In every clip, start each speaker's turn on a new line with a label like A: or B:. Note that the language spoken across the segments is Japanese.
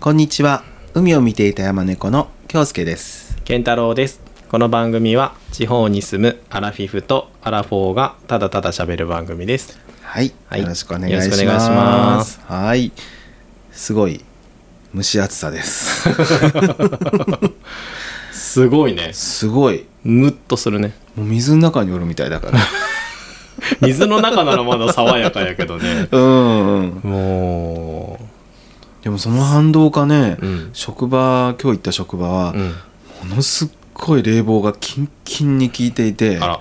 A: こんにちは海を見ていた山猫の京介です
B: 健太郎ですこの番組は地方に住むアラフィフとアラフォーがただただ喋る番組です
A: はい、
B: はい
A: よろしくお願いし
B: よ
A: ま
B: ろ
A: す
B: しくお願いします
A: はいすごい蒸し暑さです
B: すごいね
A: すごい
B: ムッとするね
A: もう水の中におるみたいだから
B: 水の中ならまだ爽やかやけどね
A: うんうん
B: も
A: でもその反動かね、
B: うん
A: 職場今日行った職場は
B: う、う、ん、
A: ものすっごい冷房がキンキンに効いていて
B: あら、
A: だ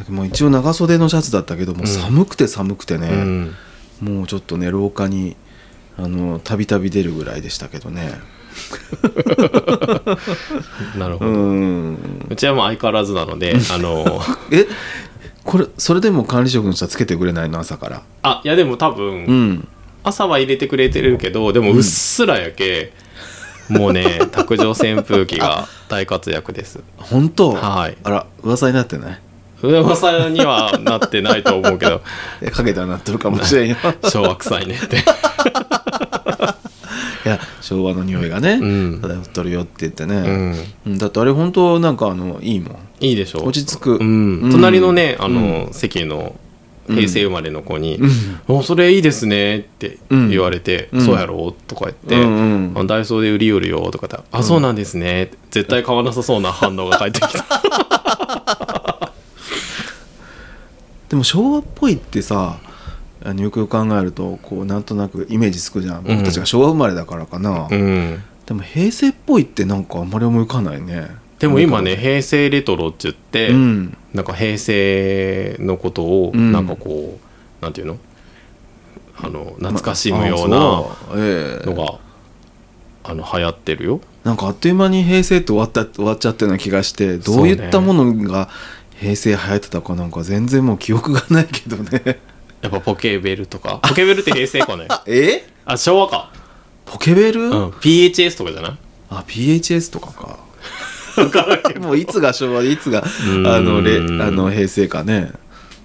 A: けどもう一応長袖のシャツだったけどもう寒くて寒くてね、
B: うん、
A: もうちょっとね廊下にあのたびたび出るぐらいでしたけどね
B: なるほ
A: う
B: ど、うんちはもう相変わらずなのであの
A: えこれそれでも管理職の人はつけてくれないの朝から
B: あいやでも多分、
A: うん
B: 朝は入れてくれてるけどでもうっすらやけ、もう ね卓上扇風機が大活躍 です
A: 本当
B: はい
A: あら噂になってない
B: 噂にはなってないと思うけど
A: いやかけたらなってるかもしれんよ
B: 昭和臭いねって
A: いや昭和の匂いがね、
B: うん
A: 漂ってるよって言って
B: う
A: ね、
B: ん
A: うんだってあれ本当なんかあのいいもん
B: いいでしょう
A: 落ち着く、
B: うん
A: うん
B: 隣のねあの、席の平成生まれの子に「おそれいいですね」って言われて「
A: うん
B: そうやろ?」とか言って
A: うんうん
B: あ「ダイソーで売りよるよ」とか言って「あそうなんですね」って絶対買わなさそうな反応が返って きた
A: でも昭和っぽいってさあのよくよく考えるとこうなんとなくイメージつくじゃん僕たちが昭和生まれだからかな、
B: うん
A: でも平成っぽいってなんかあんまり思い浮かないね
B: でも今ね平成レトロって言って、
A: うん
B: なんか平成のことを
A: うん
B: なんかこう、なんていうのあの懐かしむ
A: まあ
B: ようなの
A: そうええ
B: があの流行ってるよ。
A: なんかあっという間に平成って終わった終わっちゃったような気がしてどういったものが平成流行ってたかなんか全然もう記憶がないけど ね
B: やっぱポケベルとかポケベルって平成 かね
A: え
B: あ昭和か、
A: ポケベル、
B: うん、PHS とかじゃない
A: あ PHS とかかもういつが昭和でいつが
B: ん
A: あのれあの平成かね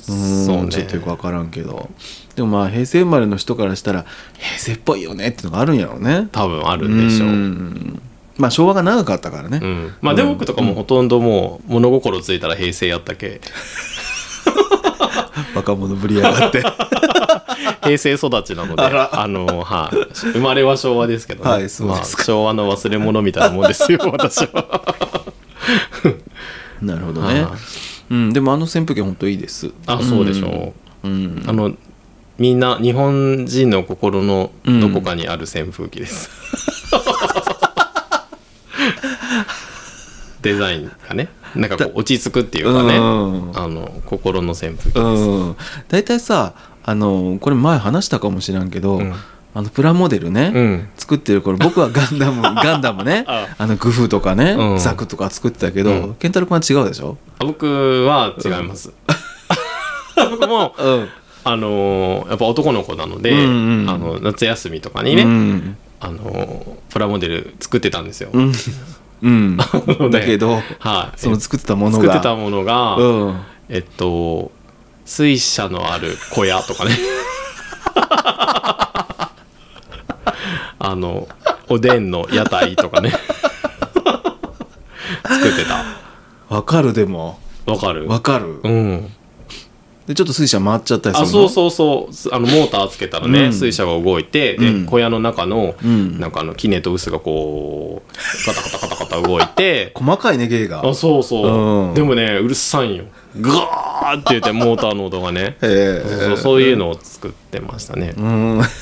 A: うーん
B: そうね
A: ちょっとよく分からんけどでもまあ平成生まれの人からしたら平成っぽいよねってのがあるんやろうね
B: 多分あるんでしょう、
A: う
B: うん
A: んまあ昭和が長かったからね、
B: まあデモクとかもほとんどもう物心ついたら平成やったけ
A: 若者ぶりやがって
B: 平成育ちなので
A: あ
B: あ
A: ら
B: のはい、生まれは昭和ですけどね、
A: はいそうです
B: まあ、昭和の忘れ物みたいなもんですよ私は
A: なるほどね
B: はい、
A: うん、でもあの扇風機本当いいです
B: あ そうでしょ
A: う、うん
B: う、あのみんな日本人の心のどこかにある扇風 機です、デザインがねなんかこう落ち着くっていうかね、
A: うん
B: あの心の扇風機
A: うん大体さあのこれ前話したかもしらんけど、
B: うん
A: あのプラモデルね、
B: うん
A: 作ってる頃僕はガンダ ムガンダムね
B: あ
A: あのグフとかね、
B: うん
A: ザクとか作ってたけど、
B: うん
A: ケンタロウ君は違うでしょ、
B: あ僕は違います、 僕も
A: うん
B: あのーやっぱ男の子なので、
A: うんうん
B: あの夏休みとかにね、
A: うん
B: あのープラモデル作ってたんですよ、
A: うん、 うん
B: ので
A: だけど
B: はい
A: その作ってたもの
B: 作
A: が
B: ってたものが、
A: うん、
B: えっと水車のある小屋とかね あのおでんの屋台とかね作ってた
A: わかるでも
B: わかる
A: わかる、
B: うん
A: でちょっと水車回っちゃったりする
B: あ
A: の
B: そうそうそうすあのモーターつけたらね、
A: うん
B: 水車が動いてで、
A: うん
B: 小屋の中の、
A: うん
B: なんかあの杵と臼がこうガタガタガタガタ動い て
A: 細かいね芸が
B: あそうそう、
A: うん
B: でもねうるさいんよガーって言ってモーターの音 がね
A: へえ
B: そうそうそういうのを作ってましたね、
A: うん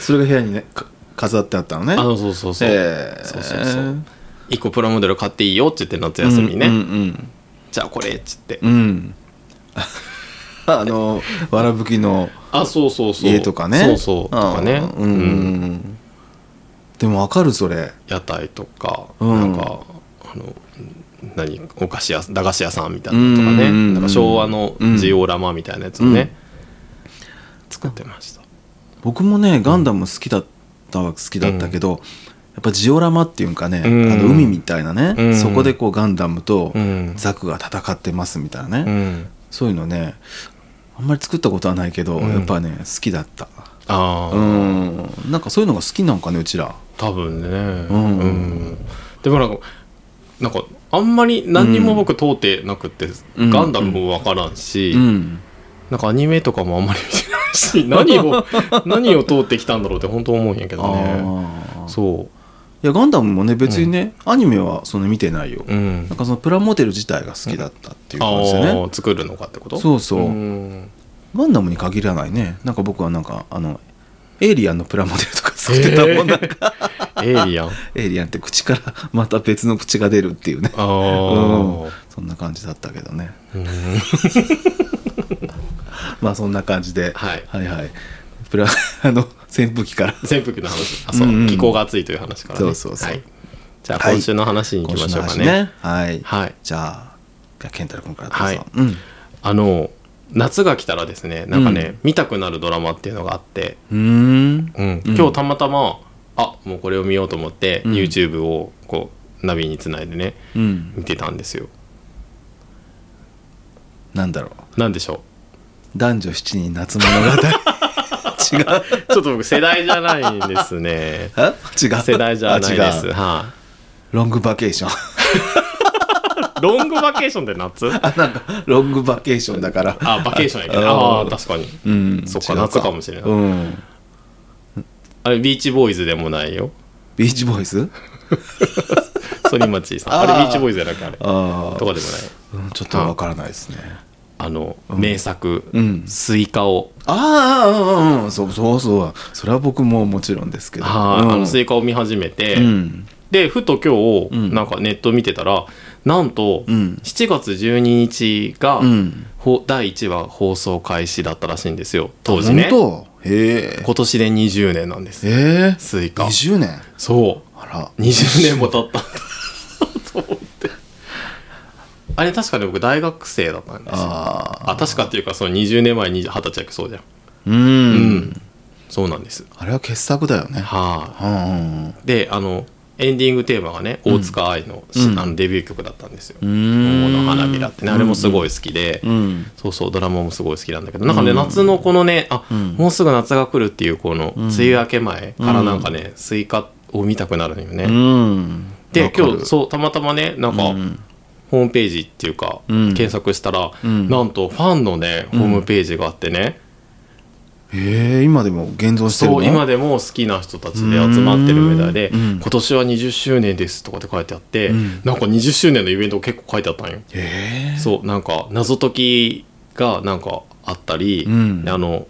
A: それが部屋にねか飾ってあったのね
B: あのそうそうそう、
A: ええ
B: そうそうそう一個プラモデル買っていいよって言って夏休みね、
A: うんうん
B: じゃあこれっつって、
A: うん、うん、 あのわらぶきの
B: あそうそうそう
A: 家とかね
B: そうそうとかね
A: あーうん、うんうん、でもわかるそれ
B: 屋台とか、
A: うん
B: なんかあの何お菓子屋駄菓子屋さんみたいなのとかね、
A: うんうんうん
B: なんか昭和のジオラマみたいなやつをね、作ってました
A: 僕もねガンダム好きだったは好きだったけど、やっぱジオラマっていうんかね、
B: うん
A: あの海みたいなね、
B: うん
A: そこでこうガンダムと
B: うん
A: ザクが戦ってますみたいなね、
B: うん
A: そういうのねあんまり作ったことはないけど、
B: うん
A: やっぱね好きだった
B: ああ、
A: うんなんかそういうのが好きなんかねうちら
B: 多分ね、
A: ん
B: うんでもなんかなんかあんまり何にも僕通ってなくて、
A: うん
B: ガンダムもわからんし、
A: うん
B: なんかアニメとかもあんまり見てないし 何を何を通ってきたんだろうって本当思うんやけどね
A: ああ
B: そ
A: いやガンダムもね別にね、アニメはその見てないよ、
B: ううん
A: なんかそのプラモデル自体が好きだったっていう
B: あ
A: 感じでね、
B: あ作るのかってこと
A: そうそう
B: うん
A: ガンダムに限らないねなんか僕はなんかあのエイリアンのプラモデルとか作ってたもんなんか、
B: エイリアンあ
A: エイリアンって口からまた別の口が出るっていうね
B: あ
A: うん
B: ー、
A: そんな感じだったけどね
B: うん
A: まあそんな感じで、
B: はい
A: はいはいプラ あの扇風機から
B: 扇風機の話あそう、
A: うんうん
B: 気候が暑いという話から、ね、
A: そうそうそう
B: はい、じゃあ今週の話に行きましょうかね,、
A: 今週の話はい、
B: はい
A: じゃあじゃあ健太郎君からどうぞ、
B: はい
A: うん
B: あの夏が来たらですねなんかね、見たくなるドラマっていうのがあって、
A: うーん
B: うん
A: うん
B: 今日たまたまあもうこれを見ようと思って、
A: うん
B: YouTube をこうナビにつないでね
A: うん
B: 見てたんですよ
A: なんだろう
B: なんでしょ
A: 男女七人夏 物語違 う
B: うちょっと僕世代じゃないんですね
A: あ違う
B: 世代じゃないで
A: あ
B: す
A: 違う
B: は
A: ロングバケーション
B: いロングバケーションで夏
A: あなんかロングバケーションだから
B: あバケーションやけどね
A: あ
B: あ
A: うん
B: あ確かに
A: うん
B: そっか
A: 違う
B: 夏かもしれない
A: うん
B: あれビーチボーイズでもないよ
A: ビーチボーイズ
B: ソリマチさん
A: あ
B: あ
A: ー
B: れビーチボーイズじゃなくてあれと
A: あ
B: か
A: あ、
B: でもない
A: うんちょっとわからないですね
B: あの名作、
A: うん
B: スイカを
A: ああうんうんうんそうそうそうそれは僕ももちろんですけど
B: はい
A: うん
B: あのスイカを見始めて、
A: うん
B: でふと今
A: うん
B: 日なんかネット見てたらなんと
A: うん
B: 7月12日が、
A: うん
B: ほ第1話放送開始だったらしいんですよ当時ね
A: 本当へ
B: 今年で20年なんです
A: えええ
B: スイカ
A: 20年
B: そ
A: あら
B: う20年も経 ったんだと思ってあれ確かに僕大学生だったんですよ
A: ああ
B: あ確かっていうかその20年前に二十歳だそうじゃん
A: うん、
B: うんそうなんです
A: あれは傑作だよね
B: は
A: うんうん
B: いであのエンディングテーマがね大塚愛の,、
A: うん
B: あのデビュー曲だったんですよ「
A: う
B: 桃
A: ん
B: の花びら」ってねあれもすごい好きで、
A: うん
B: そうそうドラマもすごい好きなんだけどなんかね、夏のこのねあ、
A: ん
B: もうすぐ夏が来るっていうこの梅雨明け前からなんかね、スイカを見たくなるのよね、
A: うん
B: で今日
A: そ
B: そうたまたまねなんか、
A: うん
B: ホームページっていうか、
A: うん
B: 検索したら、
A: うん
B: なんとファンのねホームページがあってね、
A: ええ今でも現存してる
B: そ
A: の
B: う今でも好きな人たちで集まってるみたいで、
A: うん
B: 今年は20周年ですとかって書いてあって、
A: うん
B: なんか20周年のイベント結構書いてあったんよ、
A: え
B: そうなんか謎解きがなんかあったり、
A: うん
B: であの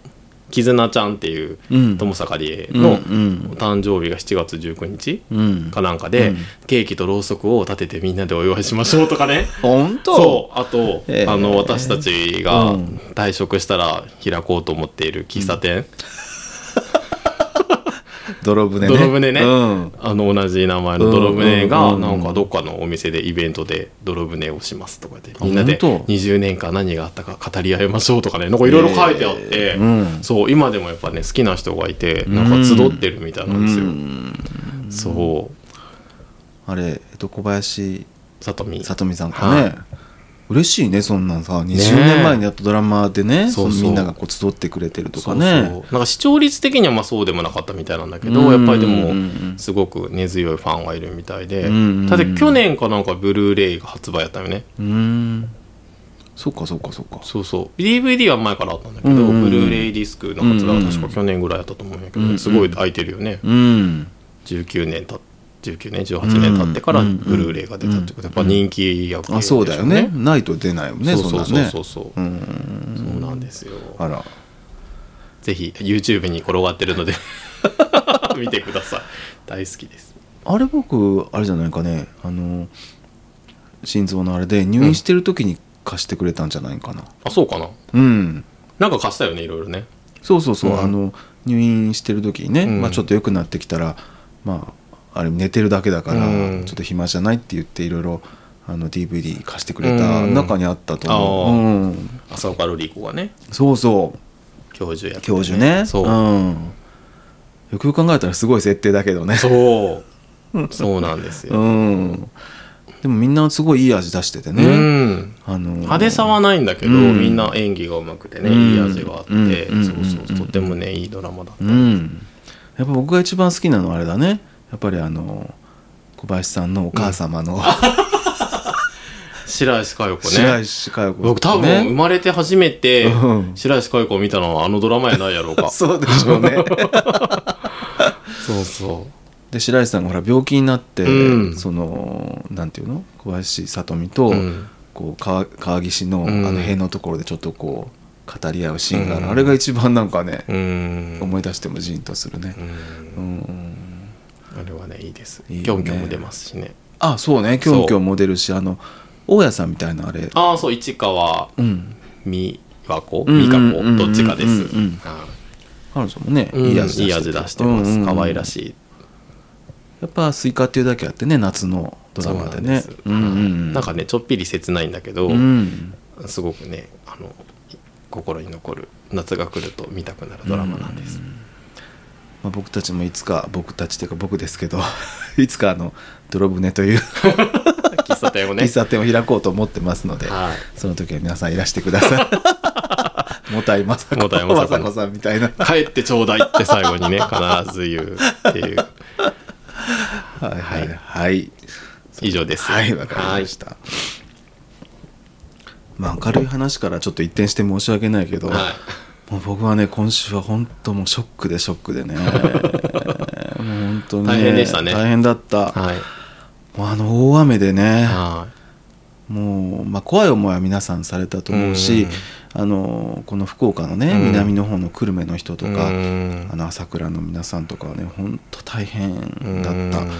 B: 絆ちゃんっていう
A: えうん
B: 友坂理恵
A: うん
B: の
A: うん
B: 誕生日が7月19日
A: うん
B: かなんかで、
A: うん
B: ケーキとろうそくを立ててみんなでお祝いしましょうとかね
A: 本当
B: そうあと、
A: えー
B: あの私たち
A: う
B: が
A: ん
B: 退職したら開こうと思っている喫茶店、
A: 泥船ね
B: 泥船ね
A: うん
B: あの同じ名前の泥船
A: うんうん
B: が
A: うん
B: な
A: うん
B: んかどっかのお店でイベントで泥船をしますとかでみんなで
A: 本当
B: 20年間何があったか語り合いましょうとかねなんかいろいろ書いてあって、
A: えーうん
B: そう今でもやっぱね好きな人がいてなんか集ってるみたいなんですよ、
A: うん
B: そう
A: あれ、えっと、小林
B: さとみ
A: さとみさんかね、
B: はい
A: 嬉しいねそんなんさ20
B: え
A: 年前にやったドラマでね
B: そうそう
A: そのみんながこう集ってくれてると
B: そ
A: か
B: う
A: ね
B: そうなんか視聴率的にはまあそうでもなかったみたいなんだけど、
A: うん
B: やっぱりで
A: うん
B: も
A: うん
B: すごく根強いファンがいるみたい
A: う
B: で、
A: んうんうん
B: ただ去年かなんかブルーレイが発売やったよね
A: うーんそうかそうかそうか
B: そうそう DVD は前からあったんだけど、
A: うんうんうん
B: ブルーレイディスクの発売は確か去年ぐらいだったと思うんやけど、
A: うんうん
B: すごい空いてるよね
A: うん
B: 19年た19年18年経ってから
A: うんうん
B: ブルーレイが出たってことやっぱ人気役
A: あそうだよねないと出ないもんね
B: そうそうそうそううそ
A: ん
B: う、
A: なんね
B: そうなんですよ
A: うんあら
B: ぜひ YouTube に転がってるので 見てください大好きです
A: あれ僕あれじゃないかねあの心臓のあれで入院してる時に貸してくれたんじゃないかな
B: あそうかな
A: うん、
B: なんか貸したよねいろいろね
A: そうそうそう、
B: うん
A: あの入院してる時にね、
B: うん
A: まあ、ちょっと良くなってきたらまああれ寝てるだけだから、
B: うん
A: ちょっと暇じゃないって言っていろいろあの DVD 貸してくれた
B: うん
A: 中にあったと思う、うん
B: 浅岡瑠璃子がね
A: そうそう
B: 教授やってて
A: 教授ね
B: そう、
A: ん、よくよく考えたらすごい設定だけどね
B: そうそうなんですよ、
A: うんでもみんなすごいいい味出してて
B: う
A: ね、
B: ん
A: あの
B: 派手さはないんだけど、
A: うん
B: みんな演技がうまくてね、
A: うん
B: いい味があって、
A: うん
B: そうそう
A: うん
B: とてもねいいドラマだった、
A: うんやっぱ僕が一番好きなのはあれだねやっぱりあの小林さんのお母様の、
B: 白石佳代子ね
A: 白石佳代子、ね、
B: 僕多分生まれて初めて
A: うん
B: 白石佳代子を見たのはあのドラマやないやろう か
A: そうでしょうね
B: そうそ
A: で白石さんがほら病気になって、
B: うん
A: そのなんていうの小林さとみと、
B: うん
A: こう川川岸のあ
B: うん
A: の辺のところでちょっとこう語り合うシーンがある、
B: うん
A: あれが一番なんかね、
B: ううん
A: 思い出してもジーンとするね
B: う、
A: う
B: ん
A: ん
B: あれはねいいです
A: いいよね
B: キョンキョンも出ますしね
A: あそうねキョンキョンも出るしあの大家さんみたいなあれ
B: ああそう市川
A: うん
B: 美和子
A: うん
B: 美香子どっちかで
A: う
B: す
A: んうんうん彼女もね、
B: うんいい味
A: て
B: 出してます可愛ら
A: い
B: しい
A: やっぱ「スイカ」っていうだけあってね夏のドラマでね
B: そう
A: うん
B: な
A: うん
B: です
A: ん
B: なんかねちょっぴり切ないんだけど
A: うん
B: すごくねあの心に残る夏が来ると見たくなるドラマなんです
A: まあ、僕たちもいつか僕たちというか僕ですけど いつかあの泥船という
B: 喫茶店をね
A: 喫茶店を開こうと思ってますので、
B: はい
A: その時は皆さんいらしてくださ い。もたいまさこ
B: もたいまさこ
A: まさこさんみたいな。
B: 帰ってちょうだいって最後にね必ず言うっていう
A: はいは
B: はいい
A: はい。
B: 以上です
A: はい、わかりました。まあ、明るい話からちょっと一転して申し訳ないけど、
B: はいはい
A: もう僕はね、今週は本当もうショックでショックでね。 もう本当に、
B: 大変でしたね
A: 大変だった。
B: はい
A: もうあの大雨でね、
B: は
A: もう、まあ、怖い思いは皆さんされたと思うし、あのこの福岡のね、
B: うん
A: 南の方の久留米の人
B: い
A: とか、
B: うん
A: あの朝倉の皆さんとかはね本当大変だった
B: うん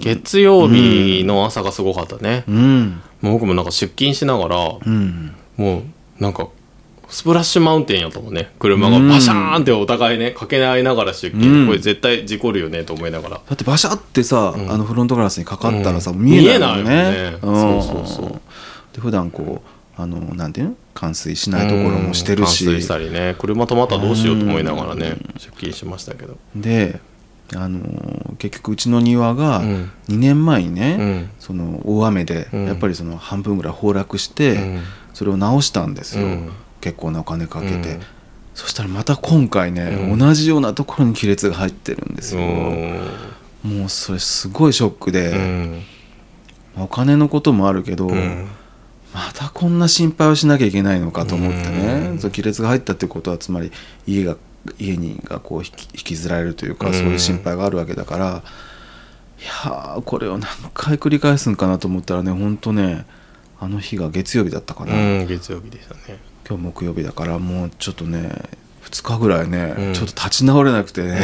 B: 月曜日の朝がすごかったね、
A: うん
B: もう僕もなんか出勤しながら
A: うん
B: もうなんかスプラッシュマウンテンやと思うね車がバシャーンってお互いねかけ合いながら出勤、
A: うん
B: これ絶対事故るよねと思いながら
A: だってバシャってさ、
B: うん
A: あのフロントガラスにかかったらさ、もう見えないもん
B: 見え
A: ね
B: ないもんね
A: ん
B: そうそうそう
A: で普段こうあのなんていうの冠水しないところもしてるし、
B: うん冠水したりね車止まったらどうしようと思いながらね出勤しましたけど
A: であの結局うちの庭が
B: うん
A: 2年前にね、
B: うん
A: その大雨で
B: うん
A: やっぱりその半分ぐらい崩落して、
B: うん
A: それを直したんですよ、
B: うん
A: 結構なお金かけて、
B: うん
A: そしたらまた今回ね、
B: うん
A: 同じようなところに亀裂が入ってるんです
B: う
A: よ、
B: ん
A: もうそれすごいショックで、
B: うん
A: まあお金のこともあるけど、
B: うん
A: またこんな心配をしなきゃいけないのかと思ってね、
B: うん
A: その亀裂が入ったってことはつまり家が家にがこう引き引きずられるというか、
B: うん
A: そういう心配があるわけだからいやーこれを何回繰り返すんかなと思ったらねほんとねあの日が月曜日だったかな、
B: うん月曜日でしたね
A: 今日木曜日だからもうちょっとね2日ぐらいね、
B: うん
A: ちょっと立ち直れなくてね、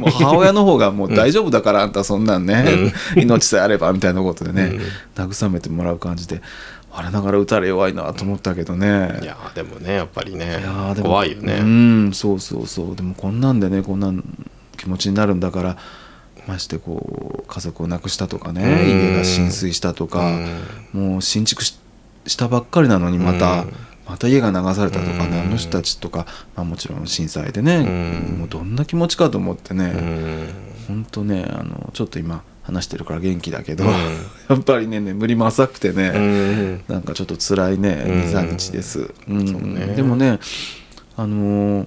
A: もう 母親の方がもう大丈夫だからあんたそんなんね、命さえあればみたいなことでね、慰めてもらう感じで我ながら打たれ弱いなと思ったけどね
B: いやーでもねやっぱりね
A: いやーでも
B: 怖いよね、
A: うんそうそうそうでもこんなんでねこんな気持ちになるんだからましてこう家族を亡くしたとかね、
B: うん
A: 家が浸水したとか、もう新築ししたばっかりなのにまた、
B: うん
A: また家が流されたとかね、
B: うん
A: あの人たちとか、まあ、もちろん震災でね、
B: うん
A: もうどんな気持ちかと思って
B: うん
A: ね、
B: うん
A: ほんとねあのちょっと今話してるから元気だけど、
B: うん
A: やっぱりね眠りも浅くてね、
B: うん
A: なんかちょっと辛いね
B: うん
A: 23日です、うん
B: そうね
A: でもねあのー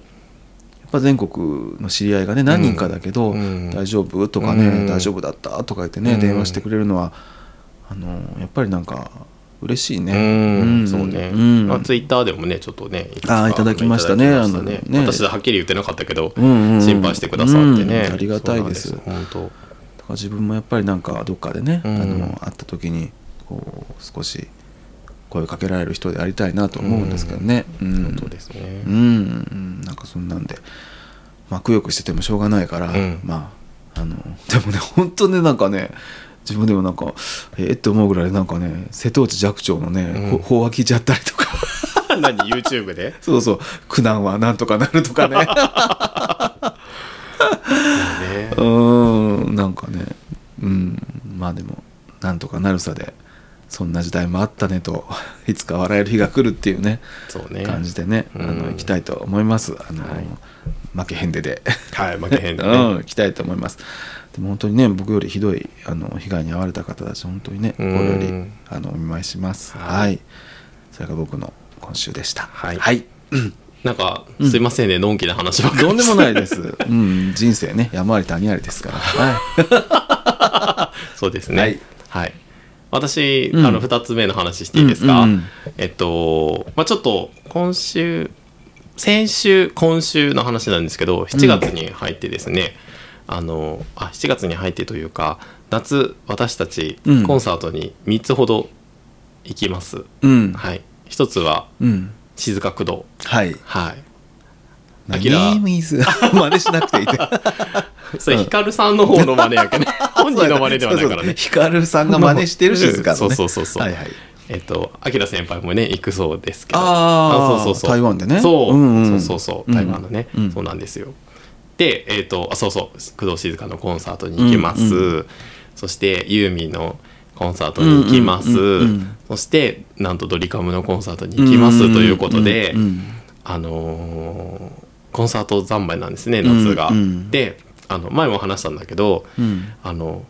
A: やっぱ全国の知り合いがね何人かだけど「
B: うん
A: 大丈夫?」とかね、
B: うん
A: 大丈夫だった?」とか言ってね、
B: うん
A: 電話してくれるのはあのーやっぱりなんか嬉しいね。
B: うんそうね、
A: うん
B: まあ、ツイッターでもねちょっとねいくつ
A: あ
B: か
A: ーいただきましたね
B: いただきました
A: あのね
B: 私はっきり言ってなかったけど、
A: うんうんうん
B: 心配してくださってね、
A: うんありがたいです
B: そうなん本
A: だから自分もやっぱりなんかどっかでね、
B: うん
A: あの会った時にこう少し声かけられる人でありたいなと思うんですけどね。
B: 当
A: うん
B: 本当ですね、
A: うんうん、なんかそんなんで、まあ、くよくしててもしょうがないから、
B: うん
A: まああのでもね本当ねなんかね自分でもなんかえーって思うぐらいなんかね瀬戸内寂聴のね、
B: う
A: ほ
B: ん
A: 法話聞いちゃったりとか
B: 何 YouTube で
A: そうそう苦難はなんとかなるとかね
B: ね
A: うーんなんかねうんまあでもなんとかなるさでそんな時代もあったねといつか笑える日が来るっていうね
B: そうね
A: 感じでね、あ
B: う
A: の
B: ん
A: 行きたいと思いますあの、
B: はい
A: 負けへんでで、
B: はい負けへんでね
A: うん、行きたいと思いますでも本当にね僕よりひどいあの被害に遭われた方たち本当にね
B: うん
A: 心よりあのお見舞いしますは、
B: はいい
A: それが僕の今週でした
B: はい
A: はい、
B: なんかすいませんね、のんきな話ばっかり
A: とんでもないいです、 うん、人生ね山あり谷ありですからはい
B: そうですね
A: は
B: はいい、私、
A: うん
B: あの2つ目の話していいですか、
A: うんうんうん
B: えっとまあちょっと今週先週今週の話なんですけど7月に入ってですね、あのあ7月に入ってというか夏私たち
A: うん
B: コンサートに3つほど行きます、
A: うん
B: はい一つは
A: うん
B: 静か工堂
A: はい
B: はいアキラ
A: 何水 真似しなくていいって
B: それヒカルさんの方の真似や けどね 本人の真似ではないからね
A: ヒカルさんが真似してる静かのね
B: そうそうそうそう
A: はいはい
B: えっと、アキラ先輩もね、行くそうですけど。
A: あー
B: そうそうそう。
A: 台湾でね
B: そう、
A: うんうん
B: そうそうそう。台湾のね、
A: うん
B: そうなんですよ。で、えっ、と、あ、そうそう、工藤静香のコンサートに行きます。
A: うん
B: そして、ユーミンのコンサートに行きます。
A: うんうんうんうん
B: そして、なんとドリカムのコンサートに行きます、ということで、
A: うんうん
B: あのーコンサート三昧なんですね、夏が。
A: うんうん
B: で、あの、前も話したんだけど、
A: うん
B: あの、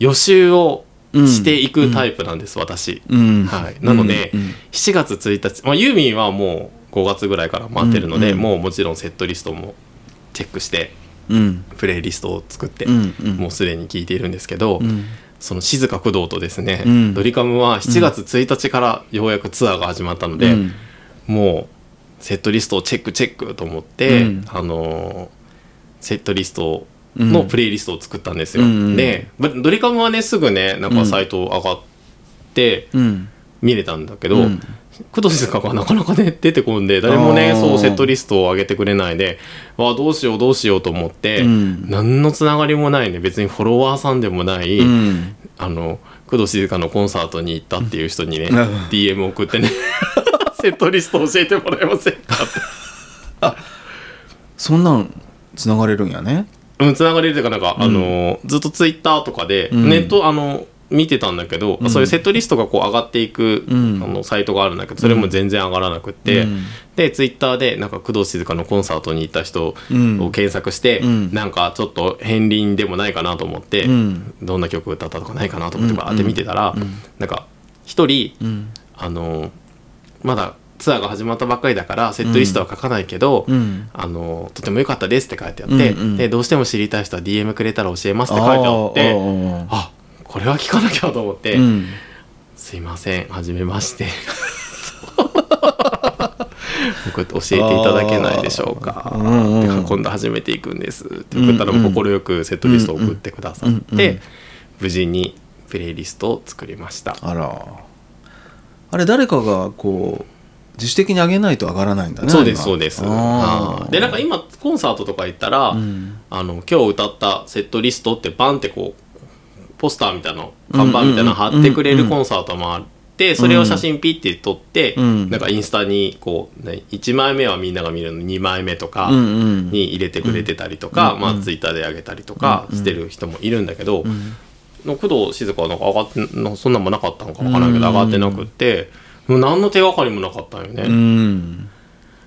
B: 予習をしていくタイプなんです、私。
A: うん
B: はい、なので、
A: うん
B: 7月1日、まあ、ユーミンはもう5月ぐらいから回ってるので、
A: うんうん
B: もうもちろんセットリストもチェックして
A: うん
B: プレイリストを作って、
A: うんうん
B: もうすでに聴いているんですけど、
A: うん
B: その静か工藤とですね、
A: うん
B: ドリカムは7月1日からようやくツアーが始まったので、
A: うん
B: もうセットリストをチェックチェックと思って、
A: うん
B: あのーセットリストのプレイリストを作ったんですよ。
A: うんうん
B: でまドリカムはねすぐねなんかサイト上がって。
A: うん
B: 見れたんだけど、
A: うん
B: 工藤静香がなかなかね出てこんで誰もね
A: あー
B: そうセットリストを上げてくれないでわあどうしようどうしようと思って、
A: うん
B: 何のつながりもないね別にフォロワーさんでもない、
A: うん
B: あの工藤静香のコンサートに行ったっていう人にね、
A: うん
B: DM 送ってね セットリスト教えてもらえませんかっ
A: そんなん繋がれるんやね
B: てうんつながりというかなんか、あのずっとツイッターとかで、
A: うん
B: ネットあの見てたんだけど、
A: うん
B: そういうセットリストがこう上がっていく、
A: うん
B: あのサイトがあるんだけどそれも全然上がらなくって、
A: うん
B: でツイッターでなんか工藤静香のコンサートに行った人を
A: うん
B: 検索して、
A: うん
B: なんかちょっと片鱗でもないかなと思って、
A: うん
B: どんな曲歌ったとかないかなと思って
A: うん
B: バーって見てたら、
A: うん
B: なんか一人、
A: うん
B: あのまだツアーが始まったばっかりだからセットリストは書かないけど、
A: うん
B: あのとても良かったですって書いてあって、
A: うんうん
B: でどうしても知りたい人は DM くれたら教えますって書いてあって
A: あーあーあ
B: あこれは聞かなきゃと思って、
A: ーうん
B: すいません、はじめまして。 僕教えていただけないでしょうか。
A: あーうんうん
B: で今度始めていくんですって送ったら
A: うんうん
B: 快くセットリストを送ってくださって、
A: うんうん
B: 無事にプレイリストを作りました。
A: あらあれ誰かがこう自主的に上げないと上がらないんだね
B: そうです
A: 今
B: そうです。
A: あ
B: は
A: ー
B: いでなんか今コンサートとか行ったら、
A: ん
B: あの今日歌ったセットリストってバンってこうポスターみたいな看板みたいなの貼ってくれ
A: うんうんうんうん
B: るコンサートもあってそれを写真ピッて撮って、
A: うん
B: なんかインスタにこう、ね、1枚目はみんなが見るの2枚目とか
A: うんうん
B: に入れてくれてたりとか、
A: うん
B: まあ、ツイッターで上げたりとかしてる人もいるんだけど、
A: ん
B: の工藤静香はなんか上がってなそんなんもなかったのかわからないけど上がってなくって、もう何の手がかりもなかったんよね。
A: うん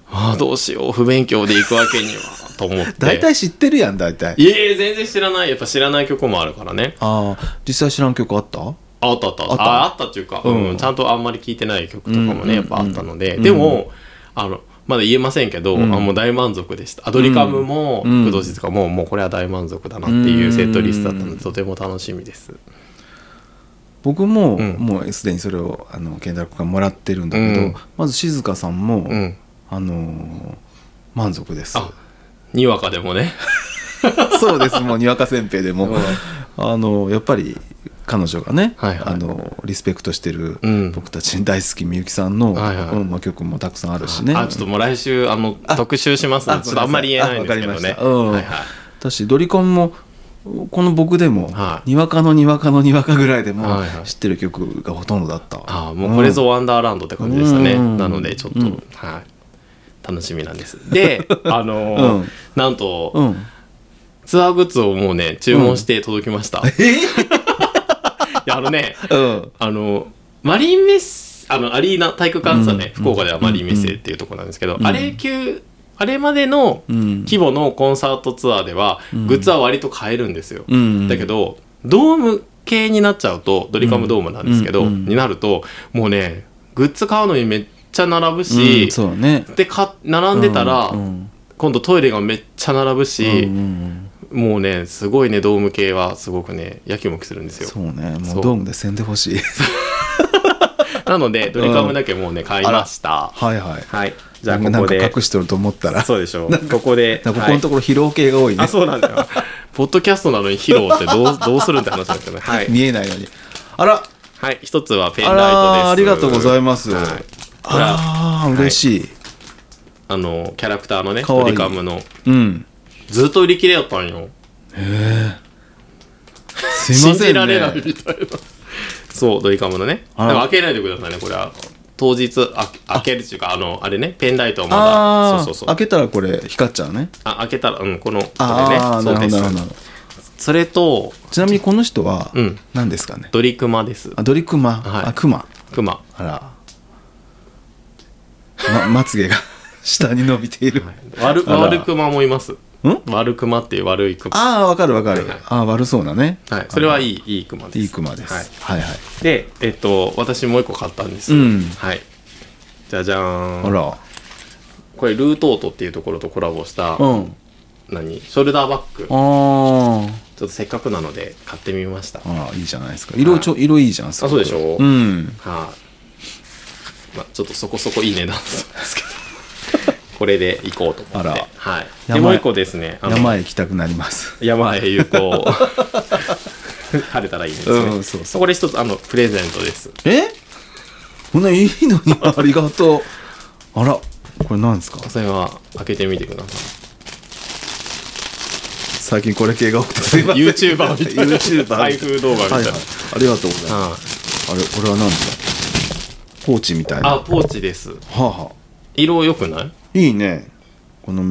B: ああどうしよう不勉強で行くわけにはと思って
A: 大体知ってるやん大体
B: いえいえ全然知らないやっぱ知らない曲もあるからね
A: ああ実際知らん曲あった
B: ああったあったあ
A: あ
B: あ
A: った
B: あったっていうか、うん
A: うん
B: ちゃんとあんまり聴いてない曲とかも
A: うん
B: ねやっぱあったので、
A: ん
B: でもあのまだ言えませんけど、
A: ん
B: あもう大満足でしたアドリカムも、
A: うん
B: 工藤静香ももうこれは大満足だなっていうセットリストだったの
A: うん
B: でとても楽しみです、
A: 僕も、
B: うん
A: もうすでにそれをあの健太郎君がもらってるんだけど、
B: うん
A: まず静香さんも、
B: うん、
A: あのー満足です
B: あにわかでもね
A: そうですもうにわかせんべいでも、
B: うん
A: あのやっぱり彼女がね、
B: はいはい
A: あのリスペクトしてる、
B: うん
A: 僕たち大好きみゆきさんの、
B: はいはい
A: うんまあ、曲もたくさんあるしね
B: あちょっともう来週あの特集します
A: あ
B: のでちょっとあんまり言えないんですけど
A: あわかり
B: ね
A: ましたうん
B: はいはい
A: だしドリカンもこの僕でも、
B: はい
A: にわかのにわかのにわかぐらいでも、
B: はいはい
A: 知ってる曲がほとんどだった
B: ああもうこれぞワンダーランドって感じでしたね、
A: うん
B: なのでちょっと、
A: うん
B: はい楽しみなんですであのー
A: うん
B: なんと、
A: うん、うん
B: ツアーグッズをもうね注文して届きました、い
A: え
B: やあのね
A: うん
B: あのマリンメッセあのアリーナ体育館さね、
A: うん
B: 福岡ではマリンメッセっていうところなんですけど、
A: うん
B: あれ級あれまでの
A: うん
B: 規模のコンサートツアーでは、
A: ん
B: グッズは割と買えるんですよ、
A: うん
B: だけどドーム系になっちゃうとドリカムドームなんですけど、
A: うんうん
B: になるともうねグッズ買うのにめっちゃ並ぶ
A: うん
B: し、
A: そうね
B: でか並んでたら、
A: うんうん
B: 今度トイレがめっちゃ並ぶし、
A: うんうんうん
B: もうねすごいねドーム系はすごくねやきもきするんですよ
A: そうねも
B: そう
A: うドームでせんでほしい
B: なのでドリカムだけもうね買いました
A: はいはい
B: はいじゃあこ
A: なん
B: こ
A: か
B: で
A: 隠しとると思ったら
B: そうでしょうここで
A: なんかここのところ疲労系が多い
B: はい
A: ね
B: あそうなんだよポッドキャストなのに披露ってどうどうするんって話なんですよねはい、
A: 見えないのにあら
B: はい、一つはペンラ
A: あ
B: イトです
A: らありがとうございます
B: はい、これは
A: あら嬉しい
B: あのキャラクターのね
A: かわいい
B: ドリカムの
A: うん
B: ずっと売り切れやったんよ
A: すい
B: 信
A: ませ
B: じ
A: ん
B: られない
A: ね
B: みたいなそうドリカムのねで
A: あら
B: も開けないでくださいねこれは当日あ開けるっていうかあのあれねペンライトはまだ
A: あ
B: そうそう
A: あ
B: そう
A: 開けたらこれ光っちゃうね
B: あ開けたらうんこのこ
A: ああな
B: れねそ
A: るほ
B: うで
A: どなるほど
B: すそれと
A: ちなみにこの人は
B: うん
A: 何ですかね
B: ドリクマです
A: あドリクマ
B: はい
A: あクマ
B: クマ
A: あらままつげが 下に伸びている
B: 悪
A: あら
B: 悪クマもいます
A: ん
B: 悪クマっていう悪いクマ
A: ああわかるわかる
B: はいはい
A: ああ悪そうなね
B: はいそれはいいいいいクマです
A: いいクマです
B: はい
A: はいはい
B: でえっと私もう一個買ったんです
A: うん
B: はいじゃじゃ
A: あ
B: ーん
A: ら
B: これルートートっていうところとコラボした
A: うん
B: 何ショルダーバッグちょっ
A: ああ
B: とせっかくなので買ってみましたは
A: あらいいじゃないですか色ちょ色いいじゃんすごく
B: あそうでしょ
A: うん
B: いまあちょっとそこそこいい値段なんですけどこれで行こうと思って
A: あら
B: はい
A: やば
B: で
A: い
B: もう一個ですねあの
A: 山へ行きたくなります
B: 山へ有 効晴れたらいいですね、
A: うんそうそう
B: こで一つあのプレゼントです
A: えこんないいの にありがとうあらこれなんですか
B: それは開けてみてくださ
A: 最近これ系が多くてすいません
B: YouTuber みたいな
A: YouTuber
B: 開封動画みたいな
A: ははありがとうござい
B: い、
A: ます
B: は
A: あれこれは何ですかポーチみたいなは
B: あポーチです
A: あはあ
B: 色良くない
A: いいねこの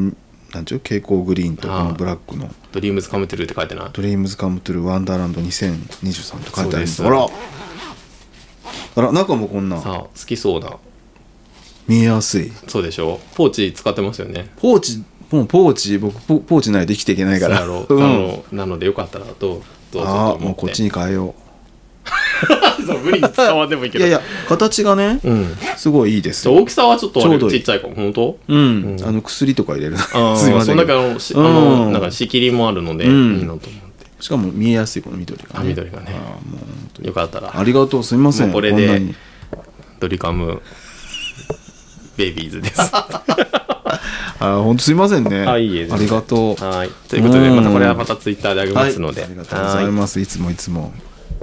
A: なんちゅう蛍光グリーンとこ
B: ああ
A: のブラックの
B: ドリームズカムトゥルーって書いてない
A: 「ドリームズカムトゥルーワンダーランド2023」と書いてあります
B: そう
A: あ
B: で
A: らあら中もこんな
B: さあ好きそうな
A: 見えやすい
B: そうでしょポーチ使ってますよね
A: ポーチもうポーチ僕ポポーチないと生きていけないから
B: そうやろ
A: うん
B: あのなのでよかったらどうどうぞと
A: ああ
B: 思
A: もう
B: って
A: こっちに変えよ
B: そう無理に使わんでもいいけ
A: うい
B: ど
A: やいや形がね
B: うん
A: すごいいいです
B: そう
A: よ
B: 大きさはちょっとあれ
A: ちょうどい
B: ち
A: い
B: っちゃいかも本当
A: うん、
B: うん
A: あの薬とか入れるす
B: ああ
A: いませ
B: そ
A: ん
B: の
A: け
B: 中
A: ど
B: のしあの
A: うん
B: なんか仕切りもあるのでい
A: うん
B: いなと思って
A: しかも見えやすいこの緑が
B: あ
A: ね
B: 緑がね
A: ああもう本当に
B: よかったら
A: ありがとうすみません
B: もうこれで
A: んなに
B: ドリ カムベイビーズです。
A: あ本当すみませんね
B: あいいえ全然
A: ありがとう
B: はい。ということで、
A: うん
B: またこれはまたツイッターであげますので。
A: はいありがとうございますいつもいつも
B: は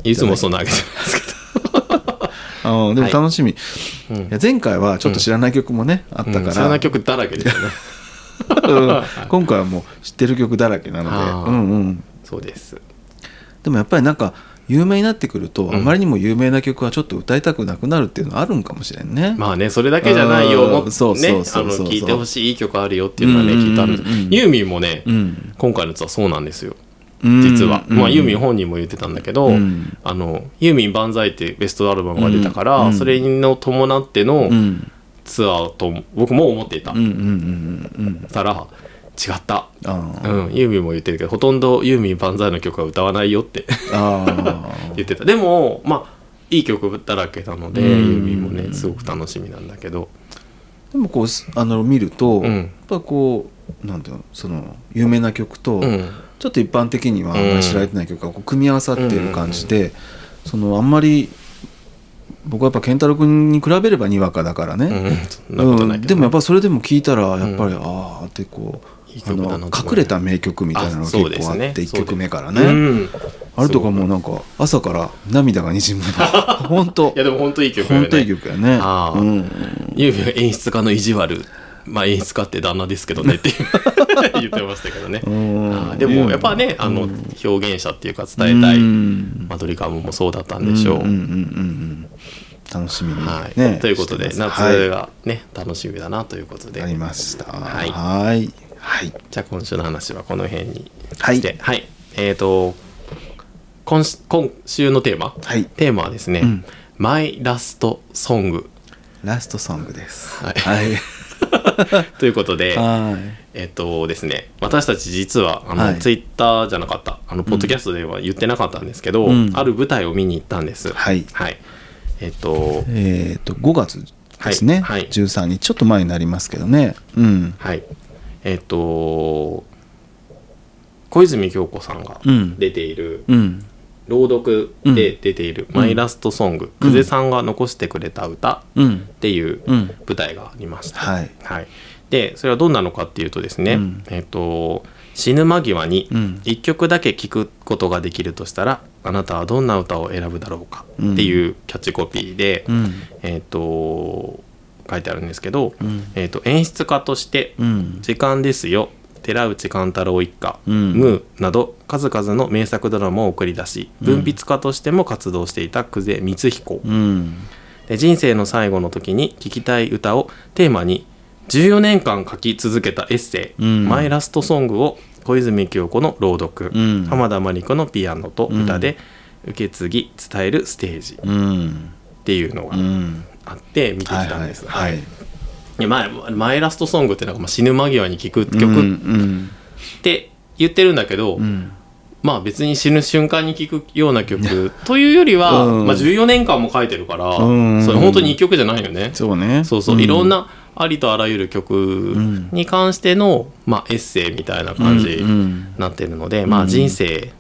B: いいつもそんなあげてますけ
A: ああでも楽しみ、い
B: ど。うん
A: や前回はちょっと知らない曲もね、あった
B: うん
A: か
B: 知ら
A: ら、
B: ない曲だらけですよね。
A: うん今回はもう知ってる曲だらけな
B: あ
A: の
B: あ
A: でうんうん
B: そうです。
A: でもやっぱりなんか有名になってくると、
B: ん
A: あまりにも有名な曲はちょっと歌いたくなくなるっていうのはあるんかもしれん ね。
B: まあね、それだけじゃないよ、
A: うん
B: もっと
A: そう
B: ね、あ
A: そ
B: の
A: うそうそう
B: 聞いてほしいいい曲あるよっていうのはね、
A: うん
B: 聞いたんです
A: うんうん。
B: ユーミンもね
A: う、ん、
B: 今回のやつはそうなんですよ。実は、
A: うん
B: まあ、ユーミン本人も言ってたんだけど、
A: うん
B: あのユーミン万歳ってベストアルバムが出たから、
A: うん
B: それの伴って
A: う
B: の
A: ん
B: ツアーと僕も思っていた、
A: うんうんうんうんうん
B: たら違った、
A: あ ー
B: うん、ユーミンも言ってるけどほとんどユーミン万歳の曲は歌わないよって
A: あ
B: 言ってたでもまあいい曲だらけなので、
A: うん
B: ユーミンもねすごく楽しみなんだけど、
A: ーでもこうすあの見ると、
B: うん
A: やっぱこうなんていうのその有名な曲と、
B: うん、
A: ちょっと一般的にはあんまり知られてない曲がこう組み合わさっている感じで、そのあんまり僕はやっぱ健太郎君に比べればにわかだからね、
B: うん、そんなことな
A: う
B: いけど、
A: ん、でもやっぱそれでも聞いたらやっぱり、ああってこう
B: いい
A: あ
B: 曲だな
A: の隠れた名曲みたいなのが
B: あ
A: 結
B: そうです
A: 構あ
B: ね
A: って1
B: そうです
A: 曲目から
B: う
A: ね
B: ん、い
A: あれとかもうなんか朝から涙がにじむ 本当
B: やでも本当いい曲よ
A: 本
B: ね
A: 当いい曲やね
B: ああ
A: うん
B: ユーミンは演出家の意地悪まあ演出家って旦那ですけど ねっていう言ってましたけどね
A: うん
B: あーでもやっぱねあの表現者っていうか伝えたいマドリカムもそうだったんでしょう、
A: うんうんうんうん楽しみに
B: はい
A: ね
B: ということで
A: してます
B: 夏がね、楽しみだなということ
A: はい
B: で
A: ありました
B: はい
A: はいはい
B: じゃあ今週の話はこの辺に
A: はい
B: してはい、えっ、と今し今週のテーマ
A: はい
B: テーマはですね、
A: うん
B: マイラストソング
A: ラストソングです。
B: はい
A: はい。
B: ということで、
A: はい。
B: えっとですね、私たち実はあの、
A: はい
B: ツイッターじゃなかったあのポッドキャストでは言ってなかったんですけど、
A: うん
B: ある舞台を見に行ったんです。
A: はい
B: えっと、
A: えっ、と、5月ですね。
B: はいはい
A: 13日、ちょっと前になりますけどね。うん。
B: はい、えっと小泉京子さんが
A: うん
B: 出ている、
A: うん。
B: 朗読で出ている「マイラストソング、久世さんが残してくれた歌」
A: うん
B: っ。ていう
A: うん
B: 舞台がありました、
A: はい
B: でそれはどんなのかっていうとですね、
A: うん
B: えっと死ぬ間際に
A: うん
B: 1曲だけ聴くことができるとしたら、あなたはどんな歌を選ぶだろうかっていうキャッチコピーで、
A: うん。
B: えっと書いてあるんですけど、
A: うん
B: えっと演出家として
A: うん。
B: 時間ですよ寺内貫太郎一家、
A: うん
B: ムーなど数々の名作ドラマを送り出し文筆家としても活動していた久世光彦、
A: うん。
B: で人生の最後の時に聴きたい歌をテーマに14年間書き続けたエッセイ「
A: うん
B: マイラストソング」を小泉京子の朗読、
A: うん
B: 浜田真理子のピアノと歌で受け継ぎ伝えるステージっ
A: うん。
B: ていうのが
A: うん。
B: あって見てきたんです。
A: はいはい。
B: でマイマイラストソングってなんかまあ死ぬ間際に聴く
A: うん
B: 曲
A: うん。
B: って言ってるんだけど、
A: うん。
B: まあ別に死ぬ瞬間に聴くような曲というよりは、
A: うん
B: まあ、14年間も書いてるから、
A: うん
B: それ本当に1曲じゃないよね。
A: そうね。
B: そうそう、
A: ん
B: いろん。なありとあらゆる曲に関しての、まあ、エッセイみたいな感じ
A: うんうん
B: になってるので、まあ、人生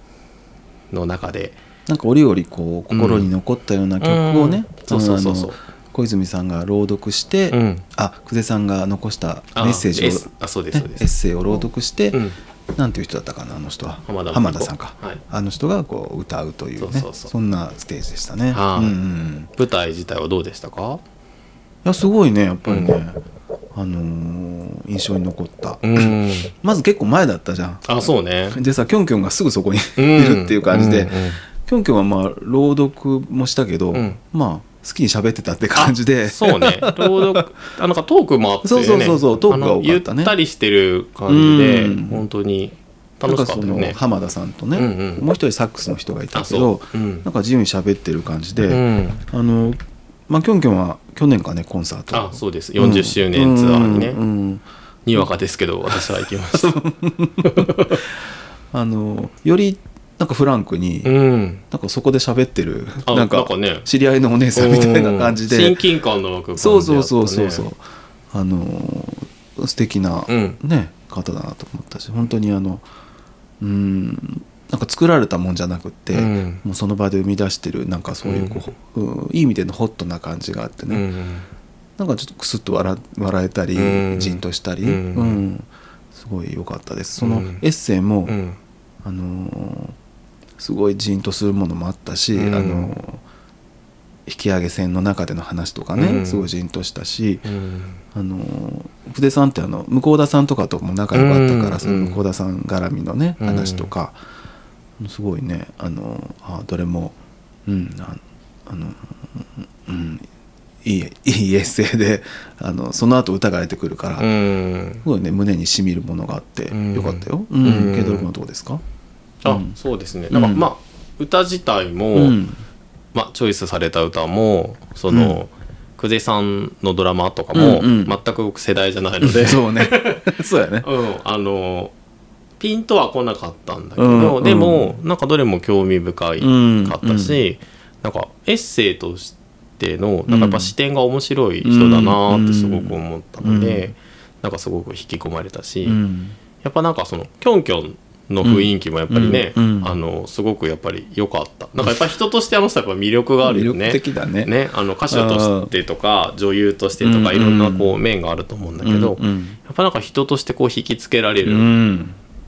B: の中で、
A: なんか折々こう心に残ったような曲をね、
B: うんそうそうそうそう
A: あの小泉さんが朗読して、
B: うん
A: あ久世さんが残したメ
B: あ
A: ッセージを
B: エスあそうですそう
A: ね
B: で
A: エッ
B: す
A: セイを朗読して、
B: うん
A: なんていう人だったかなあの人は
B: 浜田真理子
A: さんか、
B: はい
A: あの人がこう歌うというね
B: そうそうそうん
A: なステージでしたね、
B: はい
A: うんうんうん
B: 舞台自体はどうでしたか
A: いやすごいねやっぱりね、あのー印象に残った、
B: うん
A: まず結構前だったじゃん
B: あそうね
A: でさキョンキョンがすぐそこにい
B: うん
A: るっていう感じで、
B: うんうん
A: キョンキョンはまあ朗読もしたけど、
B: うん
A: まあ好きに喋ってたって感じで
B: そうね朗読 あなんかトークもあって、
A: そう
B: ね、
A: そうそうそうトークが多かったね
B: あのゆったりしてる感じで、
A: うん
B: 本当に楽しかったよ
A: なんかその
B: ね
A: 浜田さんとね、
B: うんうん
A: もう一人サックスの人がいた
B: あ
A: けど
B: そ、う、うん
A: なんか自由に喋ってる感じで、
B: うん、
A: あのまあキョンキョンは去年かねコンサート
B: あそうです40周年ツアーにね、
A: うんうんうん
B: にわかですけど私は行きました
A: あのよりなんかフランクに、
B: うん。
A: なんかそこで喋ってる
B: あ
A: なんか
B: なんかね
A: 知り合いのお姉さんみたいな感じで、
B: 親近感の枠
A: そうそうそうそうそう、あの素敵な、
B: うん
A: ね方だなと思ったし本当にあのうんなんか作られたもんじゃなくって、
B: うん
A: もうその場で生み出してるなんかそういうこう、うんいい意味でのホットな感じがあって
B: う
A: ね、
B: ん。
A: なんかちょっとクスッと笑笑えたり、
B: うん
A: じんとしたり、
B: う
A: うんんすごい良かったですその
B: うん
A: エッセイも、
B: うん。
A: あのーすごいじんとするものもあったし、
B: うん
A: あのー引き上げ線の中での話とかね、
B: うん
A: すごいじんとしたし、
B: うん。
A: あのー筆さんってあの向田さんとかとも仲良かったから、
B: うん
A: その向田さん絡みのね、
B: うん
A: 話とかすごいねあのーあーどれも、うん、ああのうん、いいいいエッセイであのその後歌が出てくるから、
B: うん
A: すごいね胸にしみるものがあって、
B: うん
A: よかったよ。うん
B: うん
A: ケイドロ君のとこですか
B: あ
A: うん、
B: そうですね。なんか
A: うん
B: まあ歌自体
A: う
B: も
A: ん
B: まあチョイスされた歌もその久世さんのドラマとかも
A: うんうん
B: 全く僕世代じゃない ので、
A: そうねそうや ね
B: うんあのピンとは来なかったんだけ
A: うんう
B: ど
A: ん
B: でもなんかどれも興味深い
A: うん
B: かったし、なんかエッセイとしてのなんかやっぱ視点が面白い人だなーってすごく思ったので、
A: うん
B: なんかすごく引き込まれたし、
A: うん
B: やっぱなんかそのキョンキョンの雰囲気もやっぱりね、
A: うんうん
B: あのすごくやっぱり良かったなんかやっぱ人としてあの人はやっぱ魅力があるよね
A: 魅力的だね
B: ねあの歌手としてとか女優としてとか
A: うん
B: いろんなこう面があると思うんだけど、
A: うんうん
B: やっぱなんか人としてこう引きつけられ
A: う
B: る、
A: ん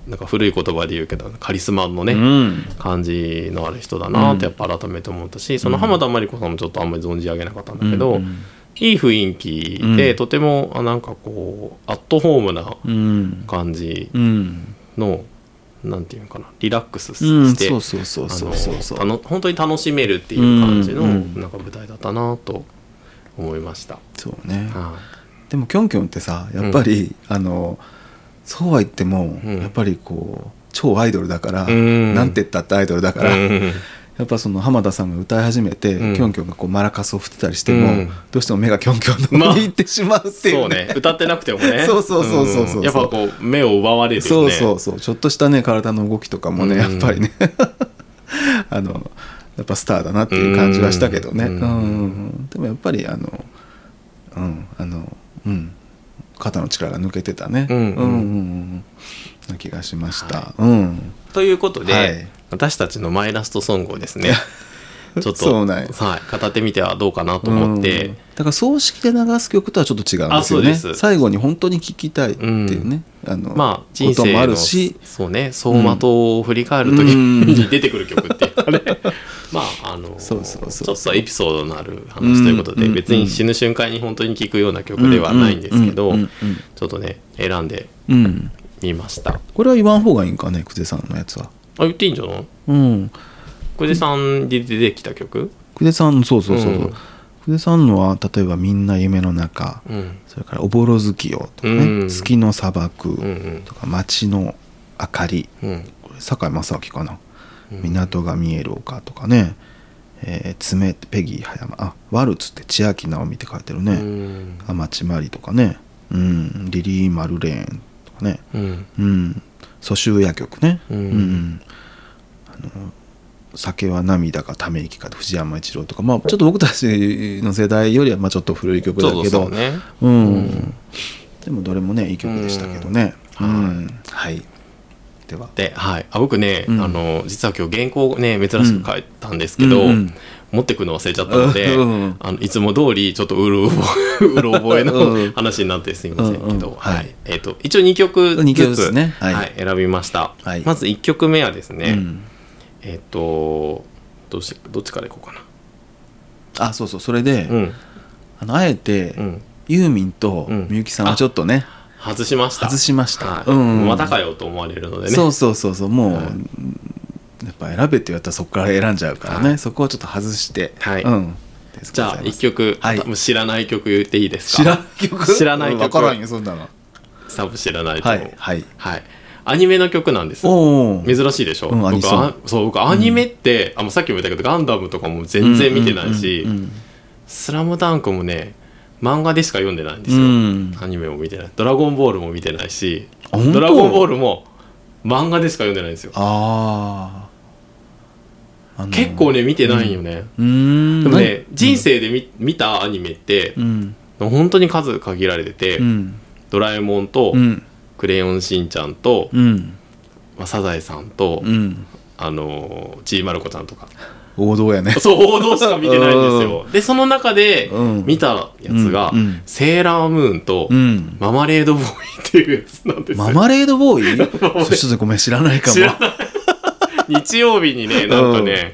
B: なんか古い言葉で言うけどカリスマのね、
A: うん
B: 感じのある人だなってやっぱ改めて思ったし、その浜田真理子さんもちょっとあんまり存じ上げなかったんだけど、
A: うん
B: いい雰囲気で、とてもあなんかこうアットホームな
A: うん
B: 感じ
A: うん
B: の、なんていうのかなリラックスし
A: うん
B: て、
A: そうそうそうそうそうそう
B: あのあの本当に楽しめるっていう感じの、
A: うんうん
B: なんか舞台だったなと思いました。
A: そうね
B: は
A: でもキョンキョンってさやっぱりあのそうは言っても
B: うん
A: やっぱりこう超アイドルだから
B: うん
A: なんて言ったってアイドルだ
B: い
A: から
B: うん
A: やっぱその浜田さんが歌い始めて、
B: うん
A: キョンキョンがこうマラカスを振ってたりしても、
B: うん
A: どうしても目がキョンキョンの
B: まあ
A: 方に行ってしまうってい
B: そうう
A: ね
B: ね。歌ってなくてもね
A: そうそうそうそうそうん
B: やっぱこう目を奪われる
A: そ
B: よ
A: う
B: ね
A: そうそうちょっとしたね体の動きとかもね、
B: うん
A: やっぱりね あのやっぱスターだなっていう感じはしたけどね、
B: う
A: うんんでもやっぱりあのうんあのうん肩の力が抜けてたね、
B: うん
A: うんうんうんな気がしました、うん
B: ということで、
A: はい
B: 私たちのマイラストソングをで すねちょっと
A: そうなんや
B: はい、語ってみてはどうかなと思って、
A: うんだから葬式で流す曲とはちょっと違うんですよ
B: あ
A: ね
B: そうです
A: 最後に本当に聴きたいっていうね、あの
B: まあ人
A: こ
B: 生
A: と
B: の
A: もあるし
B: そうね走馬灯を振り返る時
A: うん
B: に 出てくる曲っていうかね まああの
A: そうそうそう
B: ちょっとエピソードのある話ということで、
A: うん
B: 別に死ぬ瞬間に本当に聴くような曲ではないんですけど、
A: うんうんうんうん
B: ちょっとね選んで
A: うん
B: みましたあ
A: これは言わん方がいいんかね久世さんのやつは
B: 言っていいんじゃない
A: うん
B: 久世さんで出てきた曲
A: 久世さんのそうそうそう
B: う
A: そ
B: ん
A: う久世さんのは例えば「みんな夢の中
B: うん」
A: それから「おぼろ月夜」とかね
B: う
A: 「
B: ん
A: 月の砂
B: うんう
A: 漠」
B: ん
A: とか「街の明かり
B: うん」
A: これ堺正明かな「
B: うん
A: 港が見える丘」とかね「えー爪ペギー葉山」あ「ワルツ」って千秋直美って書いてる
B: う
A: ね
B: ん
A: 「天地まり」とかね「うんリリー・マルレーン」とかね
B: うん
A: うん蘇州夜曲ね、
B: うん
A: あの酒は涙かため息か藤山一郎とか、まあ、ちょっと僕たちの世代よりはまあちょっと古い曲だけど
B: そうそうね
A: うん
B: うん
A: でもどれもねいい曲でしたけどね、
B: う
A: うんんはいでは
B: で、はい、あ僕ね、
A: うん
B: あの実は今日原稿をね珍しく書いたんですけど、
A: うんうん
B: 持ってくの忘れちゃっ たので、
A: うん
B: あのいつも通りちょっとうる覚えうろ覚え
A: う
B: の
A: ん
B: 話になってすいませんけど、
A: うんうん
B: は
A: はいい
B: えっと一応2曲ず
A: 二曲
B: つ
A: ずつね
B: は
A: はいい
B: 選びました、
A: はい
B: まず1曲目はですね、
A: うん
B: えっ、とどうしどっちからいこうかな
A: あそうそうそれで、
B: うん
A: あのあえて、
B: うん
A: ユーミンとみゆきさんはちょっとね、
B: 外しました
A: 外しました
B: はい
A: うん
B: またかよと思われるのでね
A: そうそうそうそうもう、
B: はい
A: やっぱ選べって言われたらそこから選んじゃうからね、
B: はい
A: そこをちょっと外して、
B: はい
A: うんです
B: じゃあ1曲、
A: はい
B: 多分知らない曲言っていいですか
A: 知らん曲
B: 知らない曲
A: 分からんよそんなの
B: 多分知らないと
A: は
B: 思う、
A: いはい
B: はい、アニメの曲なんです
A: おお
B: 珍しいでしょ、
A: うんアニ
B: 僕
A: ソン
B: あそう僕アニメって、あもうさっきも言ったけど「ガンダム」とかも全然見てないし「
A: うん
B: スラムダンクもね漫画でしか読んでないんで
A: う
B: すよ、
A: ん
B: アニメも見てない「ドラゴンボール」も見てないし「
A: あ本当
B: ドラゴンボール」も漫画でしか読んでないんですよ
A: あーあの
B: 結構ね見てないんよね、
A: うーん
B: でもね人生で見見たアニメって
A: う、ん
B: 本当に数限られてて「
A: うん
B: ドラえもん」と「
A: うん
B: クレヨンしんちゃん」と
A: うんうん
B: 「まあ、サザエさん」と「
A: うん
B: あのーちーまる子ちゃん」とか
A: 王道やね
B: そう王道しか見てないんですよでその中で
A: うん
B: 見たやつが、
A: うんうん
B: セーラームーンと、
A: うん
B: ママレードボーイっていうやつなんですよ
A: ママレードボ ーイそうちょっとごめん知らないかも
B: 知らない日曜日にねなんかね、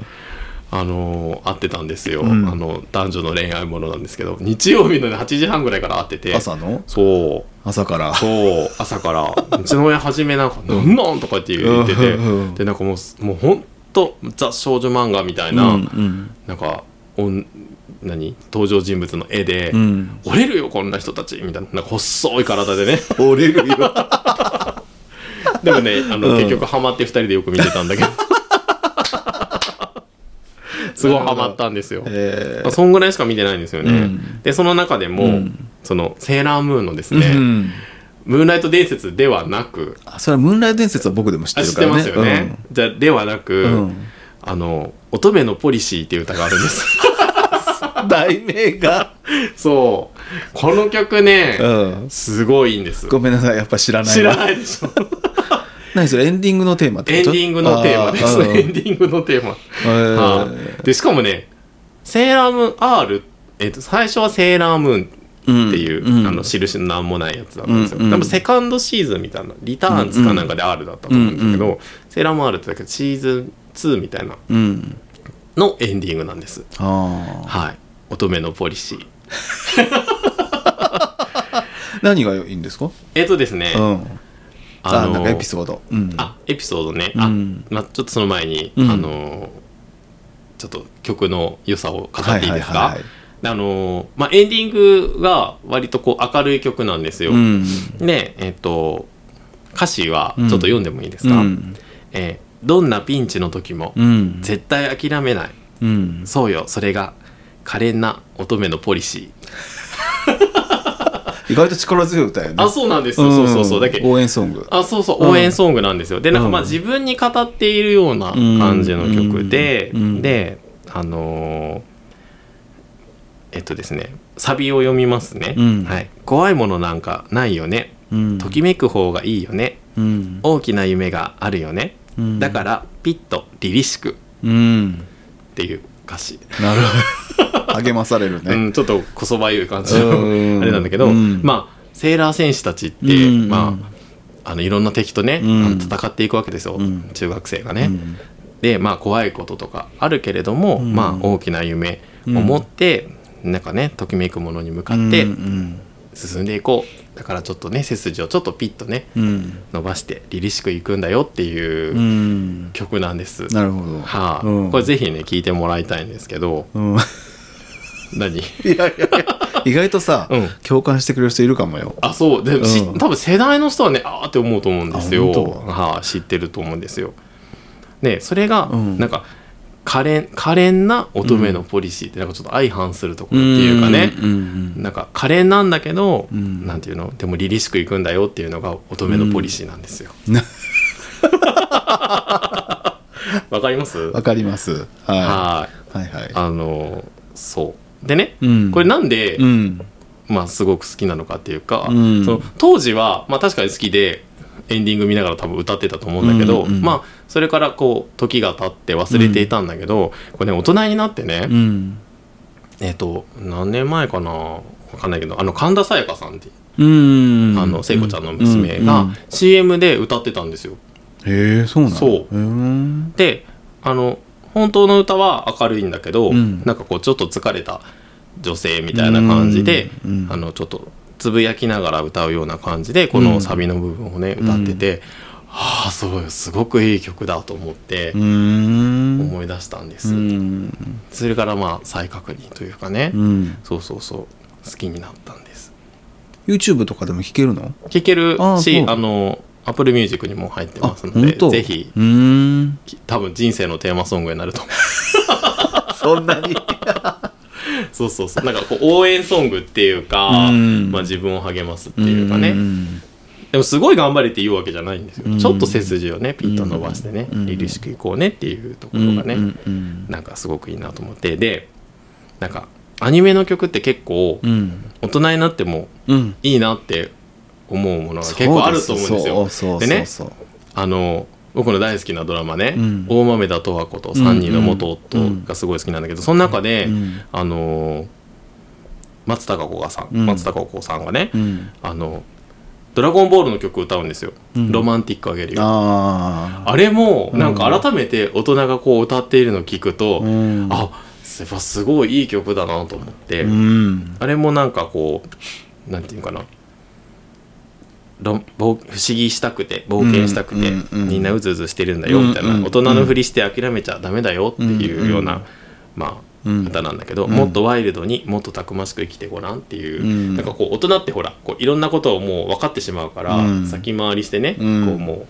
B: あのー会ってたんですよ、
A: うん
B: あの男女の恋愛ものなんですけど日曜日の、ね、8時半ぐらいから会ってて
A: 朝の
B: そう
A: 朝から
B: そう朝からうちの親初めなんか「なんなん?」とかって言ってて
A: うん
B: でなんかもうもうほんとザ少女漫画みたいな、
A: うん
B: なんかおん何登場人物の絵で、
A: うんうん
B: 折れるよこんな人たちみたいななんか細い体でね
A: 折れるよ
B: でもねあの、
A: うん
B: 結局ハマって2人でよく見てたん だけどすごいハマったんですよ、
A: え
B: まあそんぐらいしか見てないんですよね、
A: うん
B: でその中でも、そのセーラームーンのです
A: え
B: ね、
A: うん
B: ムーンライト伝説ではなく
A: あそれはムーンライト伝説は僕でも知って
B: あ
A: る
B: 知っ
A: か
B: て
A: ら
B: ま
A: ね
B: すよね、じゃではなく、
A: うん
B: あの乙女のポリシーっていう歌があるんです
A: うん題名が、
B: そうこの曲ね、
A: うん、
B: すごいいいんです
A: ごめんなさいやっぱ知らない
B: 知ら
A: い
B: ないでしょ
A: 何それエンディングのテーマって
B: エン
A: こ
B: デ
A: と
B: ィングのテーマです
A: あ
B: ね。エ
A: ー
B: ンディングのテーマ。
A: あー
B: はいで、しかもね、セーラームーン R、えっと、最初はセーラームーン
A: うん
B: っていう、
A: うん
B: あの、印のなんもないやつだったんですよ。
A: うんうん
B: 多分セカンドシーズンみたいな、リターンズかなんかで R だったと思うんですけど、
A: うんう
B: セーラームーン R ってだけど、シーズン2みたいな
A: うん
B: のエンディングなんです。
A: ああ
B: はい。乙女のポリシー。
A: 何がいいんですか、
B: えっとですね、
A: うん、あなんかエピソード、うん、
B: あエピソードね、あ
A: うん
B: まあ、ちょっとその前に、
A: うん
B: あのーちょっと曲の良さを語
A: は
B: っていいですか
A: は
B: あのーまあ、エンディングが割とこう明るい曲なんですよ、
A: うん
B: でえっ、と歌詞はちょっと読んでもいいです
A: う
B: か、
A: ん
B: えーどんなピンチの時も
A: うん
B: 絶対諦めない
A: うん
B: そうよそれが可憐な乙女のポリシー
A: 意外と力強い歌やね
B: あそうなんですよ、そうそうそうだけ
A: 応援ソング
B: あそうそう
A: うん
B: 応援ソングなんですよ、でなんかまあ
A: うん
B: 自分に語っているような感じの曲で、
A: うんうん
B: であのーえっとですねサビを読みますね、
A: うん
B: はい、怖いものなんかないよね
A: うん
B: ときめく方がいいよね
A: うん
B: 大きな夢があるよね、
A: うん
B: だからピッと凛々しくっ
A: うん
B: ていう歌詞、
A: なるほど励まされる
B: う
A: ね
B: ん、ちょっとこそばゆい感じ
A: う
B: の
A: ん
B: あれなんだけど、
A: うん
B: まあセーラー戦士たちって、
A: うん
B: まああのいろんな敵とね、
A: うん
B: あの戦っていくわけですよ、
A: うん
B: 中学生が
A: う
B: ね。
A: ん
B: でまあ怖いこととかあるけれども、
A: うん
B: まあ大きな夢を持って、なんかねときめくものに向かって
A: うん
B: 進んでいこう、だからちょっとね背筋をちょっとピッとね
A: うん
B: 伸ばして凛々しくいくんだよっていううん曲なんです。
A: なるほど
B: はあ
A: うん
B: これぜひね聞いてもらいたいんですけど
A: うん
B: 何
A: 意外とさ
B: うん
A: 共感してくれる人いるかもよ
B: あそうで、し
A: うん
B: 多分世代の人はねあーって思うと思うんですよ
A: あ本当
B: はあ、知ってると思うんですよでそれが、
A: うん
B: なんか可憐可憐な乙女のポリシーってなんかちょっと相反するところっていうかね、
A: うんうん
B: なんか可憐なんだけど、
A: うん
B: なんていうのでも凛々しくいくんだよっていうのが乙女のポリシーなんですよ
A: うんな
B: わ、かります
A: わかりますは
B: はい
A: いはいはい
B: あのそうでね、
A: うん
B: これなんで、
A: うん
B: まあ、すごく好きなのかっていうか、
A: うん
B: その当時は、まあ、確かに好きでエンディング見ながら多分歌ってたと思うんだけど、
A: うんうん
B: まあ、それからこう時が経って忘れていたんだけど、これね大人になってね、
A: うん
B: えっ、と何年前かなわかんないけどあの神田沙也加さんって、
A: うん
B: あの聖子ちゃんの
A: う
B: 娘
A: んうん
B: が CM で歌ってたんですよ。
A: へえそうなの
B: そう
A: うーん
B: であの本当の歌は明るいんだけど、
A: うん
B: なんかこうちょっと疲れた女性みたいな感じで、
A: うんうん
B: あのちょっとつぶやきながら歌うような感じでこのサビの部分をね、歌ってて、ああすごいすごくいい曲だと思って
A: うーん
B: 思い出したんで
A: う
B: す、
A: ん
B: それからまあ再確認というかね、
A: うん
B: そうそうそう好きになったんです
A: YouTube とかでも聴けるの
B: 聴ける
A: あー
B: し
A: そう
B: あの Apple Music にも入ってますの
A: 本
B: で
A: 当
B: ぜひ
A: うーん
B: き多分人生のテーマソングになると思う
A: そんなに
B: そうそうそうなんかこう応援ソングっていうか、
A: うん
B: まあ、自分を励ますっていうかね、でもすごい頑張れって言うわけじゃないんですよ、
A: うん
B: ちょっと背筋をねピッと伸ばしてね
A: うん
B: 凛々しくいこうねっていうところがね、
A: うんうん
B: なんかすごくいいなと思ってでなんかアニメの曲って結構
A: うん
B: 大人になっても
A: うん
B: いいなって思うものが結構あると思うんですよ。
A: そう
B: で
A: そう
B: ね
A: そうそう
B: あの僕の大好きなドラマね「
A: うん
B: 大豆田十和子と3人の元夫」がすごい好きなんだけどその中で、
A: うん
B: あのー松たか子がさん、
A: うん
B: 松たか子さんがね、
A: うん
B: あの「ドラゴンボール」の曲歌うんですよ「
A: うん
B: ロマンティックあげるよ」あ
A: ああ
B: れも
A: うん
B: なんか改めて大人がこう歌っているのを聞くと、
A: うん
B: あすごいすごいいい曲だなと思って、
A: うん
B: あれもなんかこうなんていうかなロン冒不思議したくて冒険したくて、
A: うんうんうん
B: みんなうずうずしてるんだよみたいな、
A: うんうん
B: 大人のふりして諦めちゃダメだよっていうような、
A: うん
B: まあ
A: うん
B: 歌なんだけど、
A: うん
B: もっとワイルドにもっとたくましく生きてごらんっていう、
A: うん
B: なんかこう大人ってほらこういろんなことをもう分かってしまうから、
A: うん
B: 先回りしてね、
A: うん
B: こうもう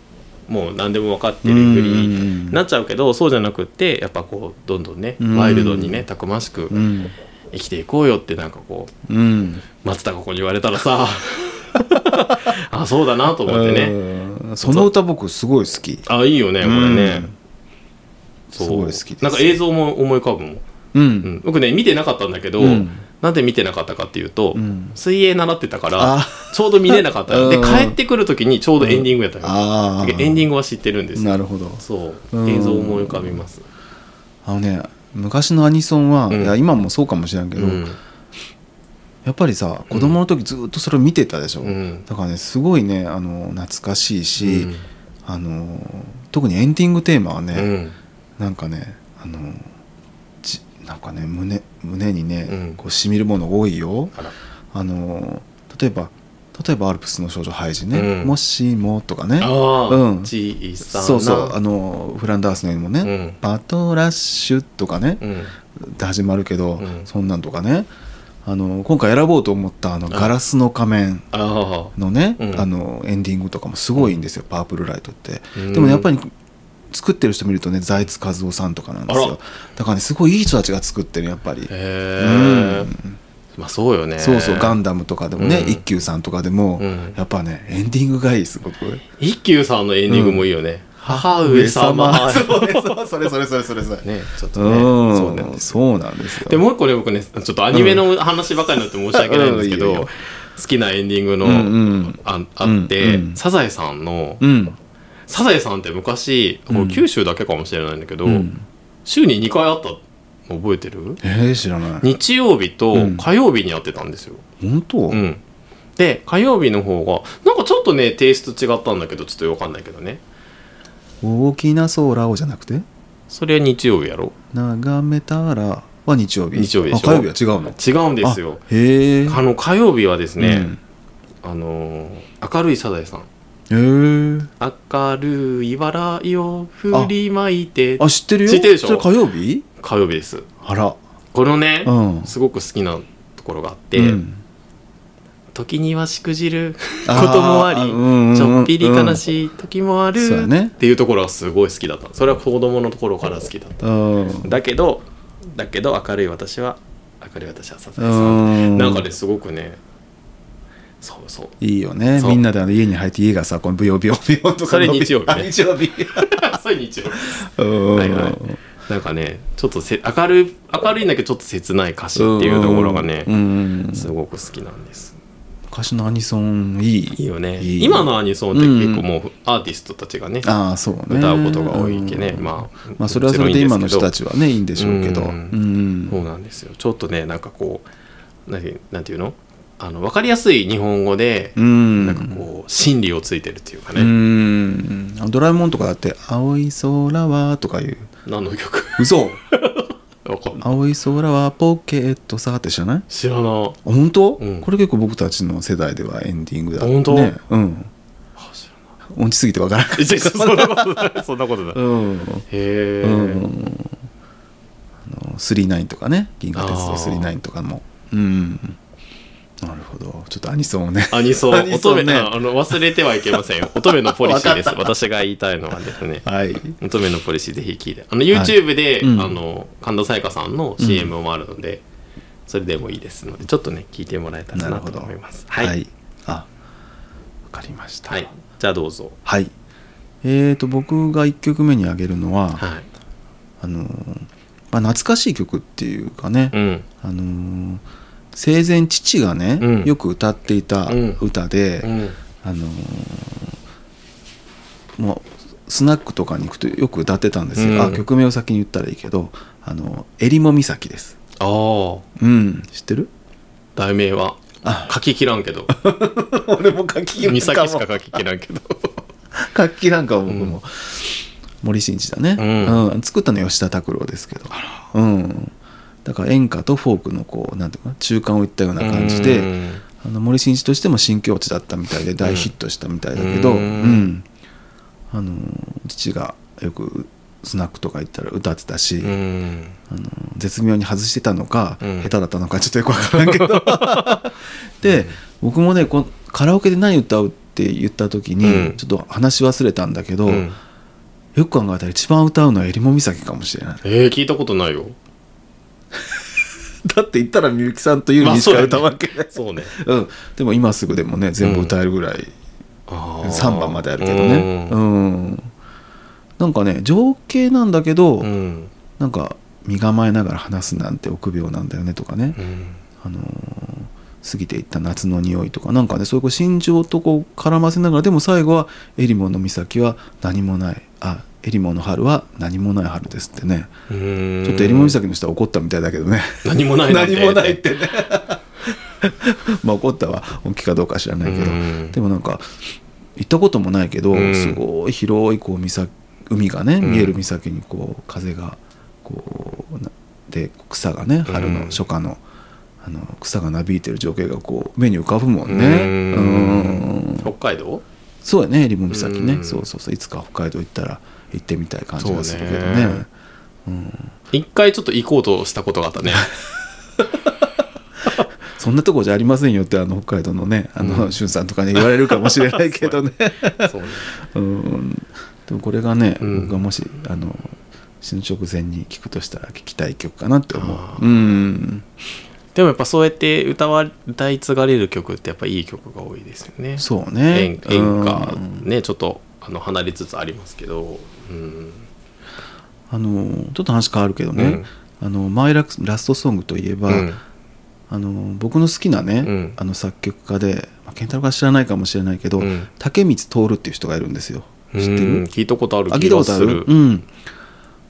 B: もう何でも分かってるふりになっちゃうけど、そうじゃなくってやっぱこうどんどんね、
A: うん
B: ワイルドにねたくましく
A: うん
B: 生きていこうよってなんかこう
A: うん
B: 松たか子に言われたら さあそうだなと思ってね、
A: うんその歌僕すごい好き
B: あいいよねこれ
A: う
B: ね、
A: ん
B: そう
A: すごい好きです
B: なんか映像も思い浮かぶもん、
A: う
B: うんん、僕ね見てなかったんだけど、
A: うん
B: なんで見てなかったかっていうと、
A: うん
B: 水泳習ってたから
A: あ
B: ちょうど見れな かったよ、
A: うん
B: で帰ってくる時にちょうどエンディングやったよ、
A: あ
B: だけどエンディングは知ってるんですよ
A: なるほど
B: そう
A: うん
B: 映像思い浮かびます、
A: あのね昔のアニソンは、
B: うん
A: いや今もそうかもしれんけ
B: う
A: ど、
B: ん
A: やっぱりさ子供の時ずっとそれを見てたでしょ、
B: うん
A: だからねすごいねあの懐かしいし、
B: うん
A: あの特にエンディングテーマは
B: う
A: ね、
B: ん
A: なんかねあのじなんかね胸胸にね、
B: うん
A: こうしみるもの多いよ
B: あら
A: あの例えば例えば「アルプスの少女ハイジね」
B: うん
A: もしも」とかね
B: ああ、
A: うん
B: 小さな
A: そうそうあのフランダースの犬もね、
B: うん
A: バトラッシュとかね、
B: うん
A: って始まるけど、
B: うん
A: そんなんとかねあの今回選ぼうと思ったあの「ガラスの仮面
B: ああ
A: のね」
B: うん
A: あのエンディングとかもすごいんですよ「パープルライト」って。
B: うん
A: でもやっぱり作ってる人見るとね財津和夫さんとかなんです
B: あら
A: よだからねすごいいい人たちが作ってるやっぱり
B: へえ、まあそうよね
A: そうそうガンダムとかでもね、
B: うん
A: 一休さんとかでも、
B: うん
A: やっぱねエンディングがいいすごく
B: 一休さんのエンディングもいいよね、母上 様
A: そうねそうそれそれそれそれそれ
B: ねちょっと
A: う
B: ね
A: ん
B: そ
A: そうう,、
B: なんです
A: なんですよ
B: でもう一個ね僕ねちょっとアニメの話ばかりになって申し訳ないんですけど、
A: うんいいよいいよ
B: 好きなエンディングの、
A: うんうん
B: ああって、
A: うんうん
B: サザエさんの、
A: うん
B: サザエさんって昔もう九州だけかもしれないんだけど、週に2回あったの覚えてる
A: えー、知らない
B: 日曜日と
A: うん
B: 火曜日にやってたんですよ、
A: 本当、
B: うんで火曜日の方がなんかちょっとねテイスト違ったんだけどちょっとよくわかんないけどね
A: 大きな空をじゃなくて
B: それは日曜日やろ
A: 眺めたらは日曜日
B: 日曜日でしょ
A: あ火曜日は違うの
B: 違うんですよ
A: あへえ
B: あの火曜日はですね、あのー明るいサザエさん
A: うん、へ
B: 明るい笑いを振りまいて
A: えあ知ってるよ
B: 知ってるでしょ
A: それ火曜日
B: 火曜日です
A: あら
B: このね、
A: うん
B: すごく好きなところがあって、
A: うん
B: 時にはしくじるこ
A: あー
B: ともあり
A: うんうんうん
B: ちょっぴり悲しい時もある、
A: そうやね
B: っていうところがすごい好きだったそれは子供のところから好きだった
A: うん
B: だけどだけど明るい私は明るい私はサザエさん
A: うん
B: なんかねすごくねそうそう
A: いいよね
B: そう
A: みんなであの家に入って家がさこのブヨブヨブヨとか
B: それ日曜日
A: あ
B: ね
A: 日曜日
B: それ日曜日
A: うん
B: はいはいなんかねちょっとせ明るい明るいんだけどちょっと切ない歌詞っていうところがね
A: うんうん
B: すごく好きなんです
A: 昔のアニソンいい
B: いいよね
A: いい
B: 今のアニソンって結構もうアーティストたちがね
A: ああそうね
B: 歌うことが多いけねまあ
A: まあそれはそれで今の人た
B: ち
A: ちはねいいんでしょうけど
B: う
A: うんん
B: そうなんですよちょっとねなんかこうなんてなんていうのあの分かりやすい日本語で
A: うん
B: なんかこう真理をついてるっていうか
A: う
B: ね
A: んドラえもんとかだって「青い空は」とかいう
B: 何の曲
A: 嘘
B: わかんない
A: 青い空はポケットさ」って知らない
B: 知ら
A: あ
B: な
A: 本当、
B: うん
A: これ結構僕たちの世代ではエンディングだった
B: 本当
A: ねうん
B: あ知らな
A: 音痴すぎてわからない
B: いいやそんなことないそんなことないへ
A: うん
B: え、
A: うんあの39とかね「銀河鉄道
B: あー
A: 39」とかもうんなるほどちょっとアニソンをね
B: アニソン
A: アニソンね
B: 乙女ああの忘れてはいけませんよ乙女のポリシーです私が言いたいのはですね
A: はい
B: 乙女のポリシーぜひ聞いてあの YouTube で、
A: うん
B: あの神田沙也加さんの CM もあるので、それでもいいですのでちょっとね聞いてもらえたらなと思いますはい、はい
A: あわかりました
B: じゃあどうぞ
A: はいえー、と僕が1曲目に挙げるのは、
B: はい
A: あのーまあ、懐かしい曲っていうかね、
B: うん
A: あのー生前父がね、
B: うん
A: よく歌っていた
B: うん
A: 歌で、
B: うん
A: あのーもうスナックとかに行くとよく歌ってたんですよ、
B: うん
A: あ曲名を先に言ったらいいけど「あの襟裳岬」です。
B: ああ
A: うん、知 ってる
B: 題名は
A: あ
B: 書ききらん けど
A: 俺も書き
B: 岬しか書ききらんけど
A: 楽器なんかも僕も、
B: うん
A: 森進一だね、
B: うん
A: うん作ったのは吉田拓郎ですけど、うん、だから演歌とフォークのこうなんていうかな中間をいった ような感じで、
B: うん
A: あの森進一としても新境地だったみたいで大ヒットしたみたいだけど、う
B: う
A: んんあの父がよくスナックとか行ったら歌ってたし、
B: うん
A: あの絶妙に外してたのか、
B: うん
A: 下手だったのかちょっとよくわからんけ どで僕もねこのカラオケで何歌うって言った時に、
B: うん
A: ちょっと話し忘れたんだけど、
B: うん
A: よく考えたら一番歌うのは襟裳岬かもしれない
B: えー、聞いたことないよ
A: だって言ったらみゆきさんとユーミンしか歌うわけない、
B: そ うね
A: うん、でも今すぐでもね全部歌えるぐらい、
B: あー
A: 3番まであるけどねうん、なんかね情景なんだけど、
B: うんうん
A: なんか身構えながら話すなんて臆病なんだよねとかね、
B: うん
A: あのー過ぎていった夏の匂いとかなんかねそういうこう心情とこう絡ませながらでも最後は「えりもの岬は何もない」あ「えりもの春は何もない春です」ってね
B: うん
A: ちょっとえりも岬の人は怒ったみたいだけどね
B: 何もないなんて
A: 何もないってね まあ怒ったは本気かどうか知らないけど、
B: うん
A: でもなんか行ったこともないけど、
B: うん
A: すごい広いこう岬海がね
B: うん
A: 見える岬にこう風がこうなで草がね春
B: うん
A: の初夏の,、あの草がなびいてる情景がこう目に浮かぶもんね。
B: う
A: うん
B: 北海道
A: そうやねリボン岬
B: う
A: ね
B: ん
A: そうそうそういつか北海道行ったら行ってみたい感じがするけどね
B: そうね一回ちょっと行こうとしたことが あったね
A: そんなとこじゃありませんよってあの北海道のねあの、
B: うん
A: しゅんさんとかに言われるかもしれないけどね。
B: そうね
A: うん、でもこれがね、
B: うん
A: 僕がもしあの死ぬ直前に聴くとしたら聴きたい曲かなって思
B: あ
A: ううん
B: でもやっぱそうやって歌わ歌い継がれる曲ってやっぱいい曲が多いですよね
A: そう
B: 演
A: ね
B: 演歌
A: うん
B: ねちょっとあの離れつつありますけど、うん、
A: あのちょっと話変わるけどね、あのマイラクラストソングといえば、
B: うん
A: あの僕の好きなね、
B: うん
A: あの作曲家で、まあ、健太郎が知らないかもしれないけど、
B: うん
A: 竹光徹っていう人がいるんですよ知って
B: うん
A: る
B: 聞いたことある
A: あ聞
B: 気
A: いた
B: が
A: ことあ
B: す
A: る
B: る
A: うん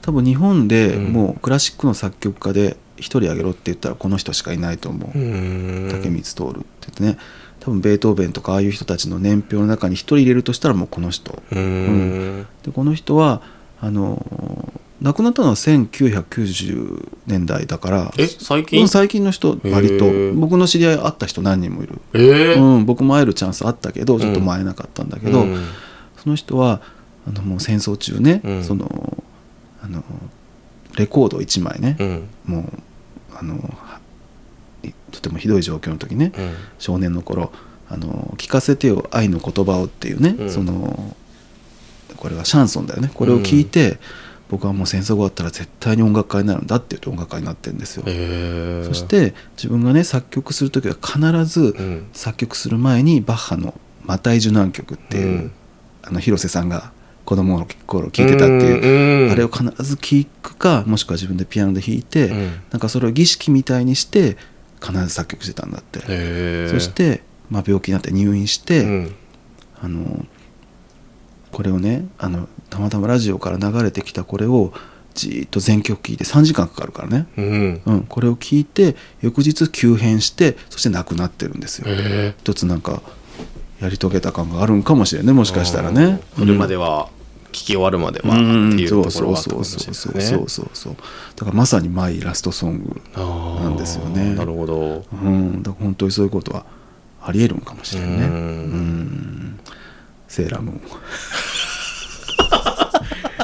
A: 多分日本で
B: うん
A: もうクラシックの作曲家で一人あげろって言ったらこの人しかいないと思う、
B: うん
A: 竹光徹って言ってね多分ベートーベンとかああいう人たちの年表の中に一人入れるとしたらもうこの人
B: うん
A: でこの人はあの亡くなったのは1990年代だから
B: え最
A: う
B: 近
A: ん最近の人割
B: へ
A: と
B: ー
A: 僕の知り合い会った人何人もいる、
B: えー
A: うん、僕も会えるチャンスあったけどちょっと
B: うん
A: も会えなかったんだけど、
B: うん
A: その人はあのもう戦争中ね、
B: うん
A: そのあのレコード1枚ね
B: う、ん
A: もうあのはいとてもひどい状況の時ね、
B: うん
A: 少年の頃あの「聞かせてよ愛の言葉を」っていうね、
B: うん
A: そのこれはシャンソンだよねこれを聞いて、僕はもう戦争が終わったら絶対に音楽家になるんだって言って音楽家になってるんですよ。
B: えー
A: そして自分がね作曲する時は必ず
B: うん
A: 作曲する前にバッハの「マタイ受難曲」っていう、
B: うん
A: あの広瀬さんが子供の頃聴いてたっていう、
B: うん
A: あれを必ず聴くかもしくは自分でピアノで弾いて、
B: うん
A: なんかそれを儀式みたいにして必ず作曲してたんだって、
B: へー
A: そして、まあ、病気になって入院して、
B: うん
A: あのこれをねあのたまたまラジオから流れてきたこれをじーっと全曲聴いて3時間かかるからね、
B: うん
A: うん、これを聞いて翌日急変してそして亡くなってるんですよ、
B: えー
A: 一つなんかやり遂げた感があるんかもしれないねもしかしたらね
B: うんこれま
A: で
B: では聞き終わるまでは
A: う
B: っ
A: ん
B: ていう
A: そ
B: と
A: う
B: こ
A: そ
B: ろ
A: う
B: はあったか
A: そ
B: も
A: う
B: しれない
A: そ
B: で
A: う
B: す
A: そうそ
B: ね
A: うそうだからまさにマイラストソング、
B: あー
A: なんですよね
B: なるほど
A: うん、だから本当にそういうことはありえるんかもしれないねう
B: うん
A: んセーラームーン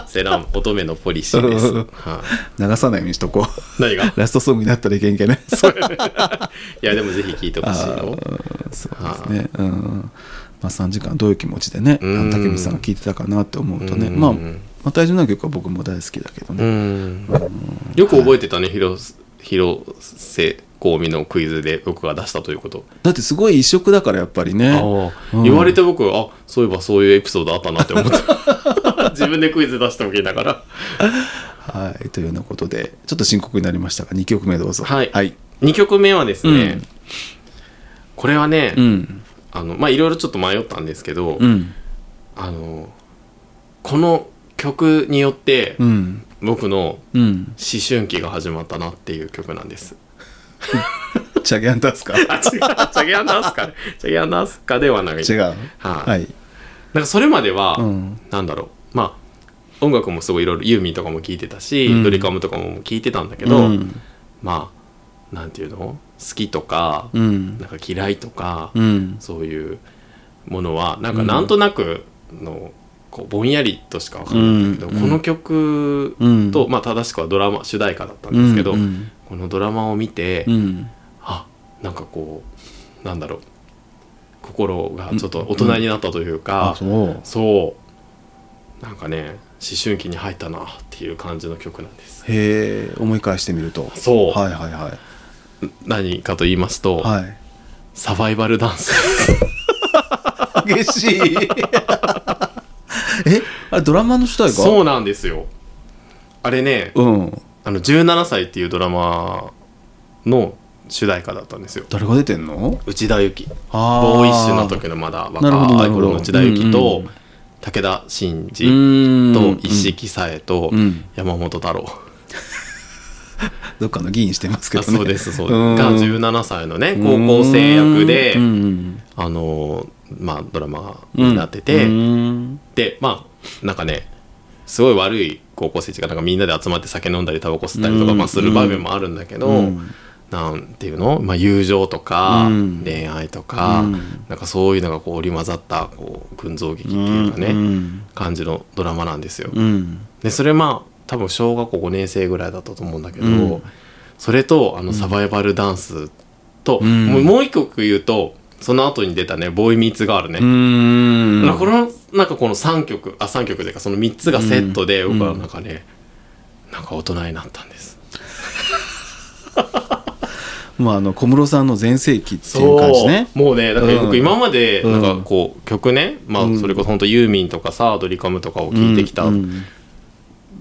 B: セラン乙女のポリシーです、はい
A: 流さないように しとこ
B: 何が
A: うラストソングになったらいけんけね
B: いやでもぜひ聞いてほしいよ
A: あーそうですね、うんまあ、3時間どういう気持ちでね
B: うん
A: 竹光さんが聴いてたかなって思うとね
B: うん
A: まあまあ大事な曲は僕も大好きだけど
B: う
A: ね、
B: んよく覚えてたね広瀬広瀬香美のクイズで僕が出したということ
A: だってすごい異色だからやっぱりね
B: ああ
A: うん
B: 言われて僕あそういえばそういうエピソードあったなって思っ た自分でクイズ出しておきながら
A: はいというようなことでちょっと深刻になりましたが2曲目どうぞ
B: はい
A: はい、
B: 2曲目はですね、
A: うん
B: これはね、
A: うん
B: あのまあいろいろちょっと迷ったんですけど、
A: うん
B: あのこの曲によって
A: うん
B: 僕の
A: うん
B: 思春期が始まったなっていう曲なん です。
A: チャゲアンタ スか
B: あ違う、チャゲアナスカ、チャゲアナスカではない。
A: 違うは
B: はい
A: い
B: なんかそれまでは、
A: うん
B: なんだろう、まあ、音楽もすごいいろいろ、ユーミンとかも聴いてたし、
A: うん
B: ドリカムとかも聴いてたんだけど、
A: うん
B: まあ、なんていうの好きとか、
A: うん
B: なんか嫌いとか、
A: うん
B: そういうものは、なんかなんとなくの、こうぼんやりとしかわからないんだけど、
A: うん
B: この曲
A: うん
B: と、まあ正しくはドラマ、主題歌だったんですけど、
A: うん
B: このドラマを見て、
A: うん
B: あなんかこうなんだろう心がちょっと大人になったという
A: あ
B: か、
A: そう
B: そうなんかね思春期に入ったなっていう感じの曲なんです
A: へえ思い返してみると
B: そう
A: はいはいはい
B: 何かと言いますと、
A: はい
B: サバイバルダンス
A: 激しい えあれドラマの主題歌
B: そううなんですよあれね
A: うん
B: あの17歳っていうドラマの主題歌だったんですよ
A: 誰が出てんの
B: 内田有紀
A: あ
B: ボーイッシュの
A: と
B: 時のまだ
A: なるほどなる
B: 若
A: ほ
B: い
A: ど
B: 頃の内田有紀と、
A: うんうん
B: 武田真治、
A: と
B: と石木さえと
A: うん
B: 山本太郎、
A: どっかの議員してますけ
B: あ
A: どね
B: そうですそうです
A: うん
B: が17歳のね高校生役で
A: うんうん
B: あのーまあドラマ
A: うん
B: になってて、
A: うん
B: でまあなんかねすごい悪い高校生たちがなんかみんなで集まって酒飲んだりタバコ吸ったりとか、
A: うん
B: まあ、する場面もあるんだけど、
A: うん
B: なんていうの、まあ、友情とか、
A: うん
B: 恋愛とか、
A: うん
B: なんかそういうのがこう織り交ざったこう群像劇っていうかね、
A: うん
B: 感じのドラマなんですよ。
A: うん
B: でそれまあ多分小学校5年生ぐらいだったと思うんだけど、
A: うん
B: それとあのサバイバルダンスと、
A: うん
B: もうもう一曲言うとその後に出たね「ボーイミーツガールね」
A: うーん
B: まあこのなんかこの3曲あ三曲というかその3つがセットで、
A: うん
B: 僕はなんかねなんか大人になったんです
A: まああの小室さんの全盛期っていう感じね
B: もうねだから
A: うん
B: 僕今まで
A: う
B: なんんかこう曲ね、ま
A: う
B: あ
A: ん
B: それこそ本当ユーミンとかさドリカムとかを聴いてきた
A: うん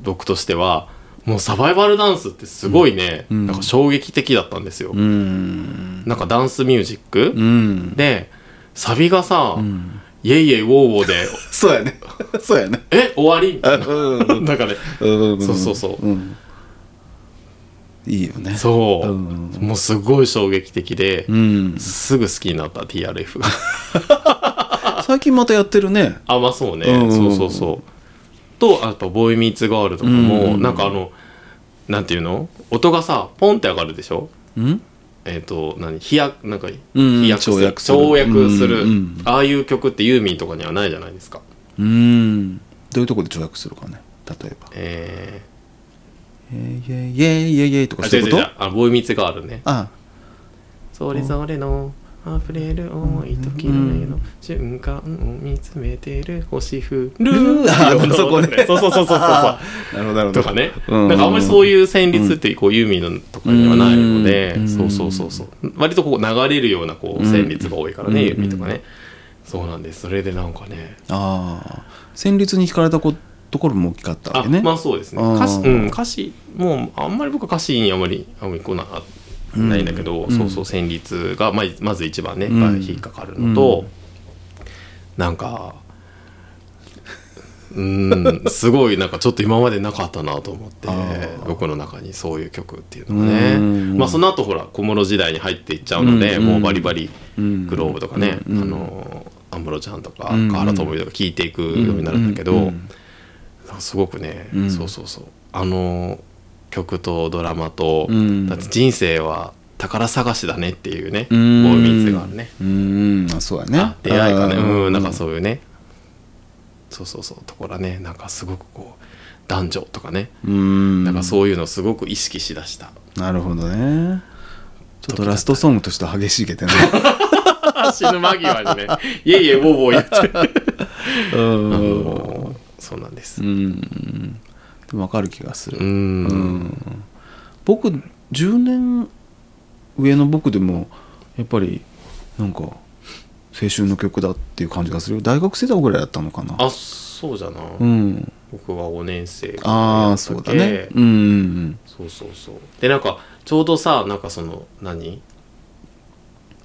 B: 僕としてはもうサバイバルダンスってすごいね、
A: うん
B: なんか衝撃的だったんですよ、
A: うん
B: なんかダンスミュージック、
A: うん
B: でサビがさ「
A: ん
B: イェイイェイウォーウォ ー」で
A: そうやねそうやね
B: 「え終わり?」みた い
A: うん
B: ななんかね
A: うん
B: そうそうそう
A: うんいいよね
B: そう、
A: うん
B: もうすごい衝撃的で、
A: うん
B: すぐ好きになった TRF が
A: 最近またやってるね
B: あまあそうね、
A: うん
B: そうそうそうとあと「ボーイミーツガール」とかも、
A: うん
B: なんかあのなんていうの音がさポンって上がるでしょ
A: うん
B: えっ、と何飛躍なんか
A: うん
B: 飛躍する
A: 跳躍する
B: 跳躍する
A: うんうん
B: ああいう曲ってユーミンとかにはないじゃないですか
A: うんどういうとこで跳躍するかね例えば
B: え
A: 「イェイイェイイェイイェイイェイ」と
B: ー、
A: か
B: あ
A: そう
B: 違
A: いううこと
B: 違う違うあボーイミーツガールね
A: あ
B: それぞれの溢れる思いときらめの瞬間を見つめてる星降る
A: あーそこね
B: そうそうそうそうそうそう
A: あなるほどなるほど
B: とかね、
A: うん
B: なんかあんまりそういう旋律ってこうユーミンのとかにはないので、
A: うん
B: そうそうそうそう割とこう流れるようなこう旋律が多いからね、
A: うん
B: ユーミンとかね、そうなんですそれでなんかね
A: ああ旋律に惹かれたこところも大きかったわ
B: あ
A: けね
B: まあそうですね
A: あー
B: 歌詞,、うん、歌詞もうあんまり僕は歌詞にあんまりあんまりこうな
A: うん
B: ないんだけど、
A: うん
B: そうそう旋律がまあまず一番ね、
A: うん
B: が引っかかるのと、
A: う
B: なんかうーんすごいなんかちょっと今までなかったなと思って
A: あー
B: 僕の中にそういう曲っていうのがね、
A: うん
B: まあその後ほら小室時代に入っていっちゃうので、
A: うん
B: もうバリバリ
A: うん
B: グローブとかね、
A: うん
B: あの安室ちゃんとか
A: うん
B: 河原智美とか聴いていくようになるんだけど、
A: うんうん
B: すごくね、
A: うん
B: そうそうそうあの曲とドラマと、
A: うん
B: だって人生は宝探しだねっていうね、
A: うん
B: ボーイミーツがあるね、
A: うんあそうやね
B: あ出会いがね
A: あー
B: うんなんかそういうねそうそうそうところはねなんかすごくこう男女とかね、
A: うん
B: なんかそういうのすごく意識し だした
A: なるほどねちょっとラストソングとしては激しいけどね
B: あ死ぬ間際にね いえいえボーボー言っ て
A: う
B: あ
A: ん
B: のそうなんです
A: うんでも分かる気がする
B: うん
A: うん僕10年上の僕でもやっぱりなんか青春の曲だっていう感じがするよ大学生だぐらいだったのかな
B: あそうじゃな、
A: うん
B: 僕は5年生ぐらい
A: あ
B: だ
A: あ
B: った
A: そ
B: っ
A: う
B: け
A: だねうんうん
B: そうそうそうでなんかちょうどさなんかその何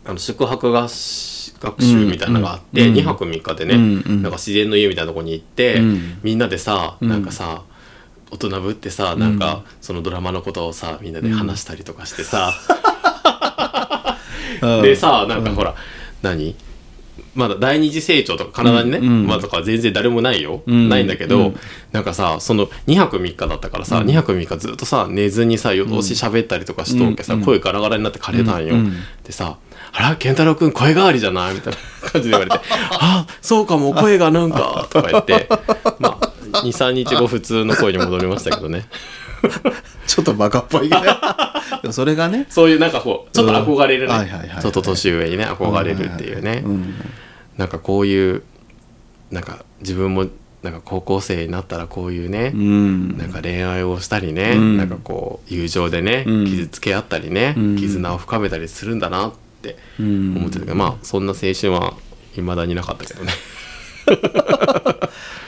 B: あの宿泊学習学習みたいなのがあって、
A: うんうん
B: 2泊3日でね、
A: うんうん
B: なんか自然の家みたいなとこに行って、
A: うん
B: みんなでさ
A: うん
B: なんかさ、大人ぶってさなんかそのドラマのことをさみんなで話したりとかしてさ、
A: うん
B: でさなんかほら、何まだ第二次成長とか体にね、
A: うんうん
B: まあとか全然誰もないよ、
A: うん
B: ないんだけど、
A: うん
B: なんかさその2泊3日だったからさ、2泊3日ずっとさ寝ずにさ夜通し喋ったりとかしとおけさ、
A: うん
B: 声ガラガラになって枯れたんよ、
A: うん
B: でさ「あら健太郎君声変わりじゃない?」みたいな感じで言わ れて「あそうかも声がなんか」とか言ってまあ23日後普通の声に戻りましたけどね
A: ちょっとバカっぽいけどで もそれがね
B: そういうなんかこうちょっと憧れる
A: うんはいはいはいは
B: ね
A: い
B: ちょっと年上にね憧れるっていうね、
A: うん
B: なんかこういうなんか自分もなんか高校生になったらこういうね
A: う、ん
B: なんか恋愛をしたりね、
A: うん
B: なんかこう友情でね、
A: うん
B: 傷つけ合ったりね、
A: うん
B: 絆を深めたりするんだなって
A: うん
B: 思ってたけど、まあそんな青春は未だになかったけどね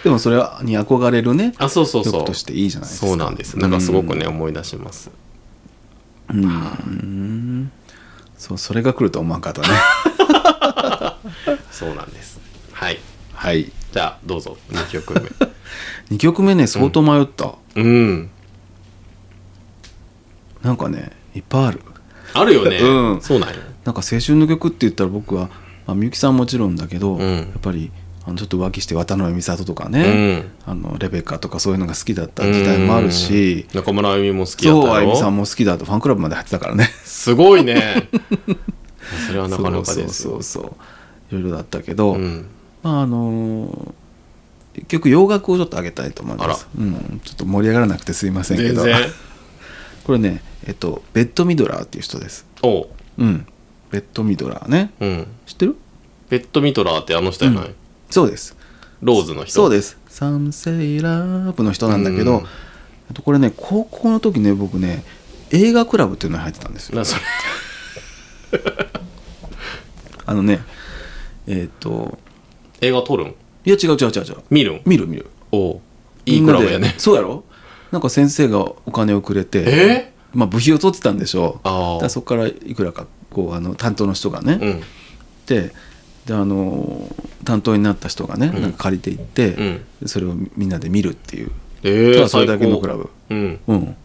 A: でもそれに憧れるね
B: あそうそうそ
A: 曲
B: う
A: としていいじゃないですか
B: そうなんですなんかすごくね、思い出します
A: うんうんそうそれが来ると思わんかったね
B: そうなんですはい
A: はい
B: じゃあどうぞ2曲 目
A: 2曲目ね相当迷った、
B: うん
A: なんかねいっぱいある
B: あるよね、
A: うん
B: そうなんよ
A: なんか青春の曲って言ったら僕は、まあ、みゆきさんもちろんだけど、
B: うん
A: やっぱりあのちょっと浮気して渡辺美里とか
B: う
A: ね、
B: ん
A: あのレベッカとかそういうのが好きだった時代もあるし、
B: うん中村あゆみも好きだっ
A: そう
B: た
A: あゆみさん
B: よ
A: も好きだとファンクラブまで入ってた からね
B: すご いねそれはなかなか
A: そう
B: です
A: そ
B: よ
A: うそうそういろいろだったけど、
B: うん
A: まああのー結局洋楽をちょっと上げたいと思います、うん、ちょっと盛り上がらなくてすいませんけ
B: 全
A: ど
B: 然
A: これねえっとベッド・ミドラーっていう人です
B: おう
A: うんベッドミドラーね
B: うん
A: 知ってる
B: ベッドミトラーってあの人じゃない、
A: そうです
B: ローズの人
A: そう
B: す
A: ですサムセイラープの人なんだけ
B: う
A: ど
B: ん
A: あとこれね高校の時ね僕ね映画クラブっていうのに入ってたんですよ
B: なそれ
A: あのねえっ、と
B: 映画撮るん
A: いや違う違う違う違う
B: 見るん
A: 見る見る
B: おういいクラブや
A: みんな
B: ね
A: でそうやろなんか先生がお金をくれて
B: え
A: まあ部費を取ってたんでしょうだか
B: ああ
A: らそこからいくらかこうあの担当の人がね、
B: うん
A: でであの担当になった人がね、
B: うん
A: なんか借りていって、
B: うん
A: でそれをみんなで見るっていう、
B: え
A: た
B: え
A: だそれだけのクラブ
B: うん
A: うん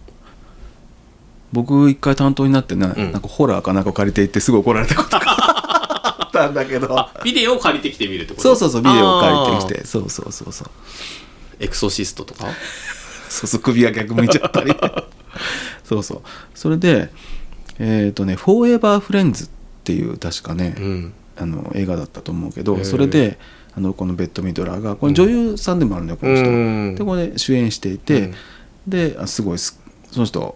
A: 僕一回担当になってな,、
B: うん
A: なんかホラーかなんか借りていってすぐ怒られたことがあったんだ けど
B: あビデオを借りてきてみるってこと
A: そうそうそうビデオを借りてきてそうそうそうそう
B: あーエクソシストとか
A: そうそう首が逆向いちゃったり そうそうそれでえっ、とね「フォーエバーフレンズ」っていう確かね、
B: うん
A: あの映画だったと思うけ
B: へ
A: ど
B: ー
A: それであのこのベッド・ミドラーがこれ女優さんでもあるんだよこの人、
B: うん
A: でこれ主演していて、
B: うん
A: であすごいすその人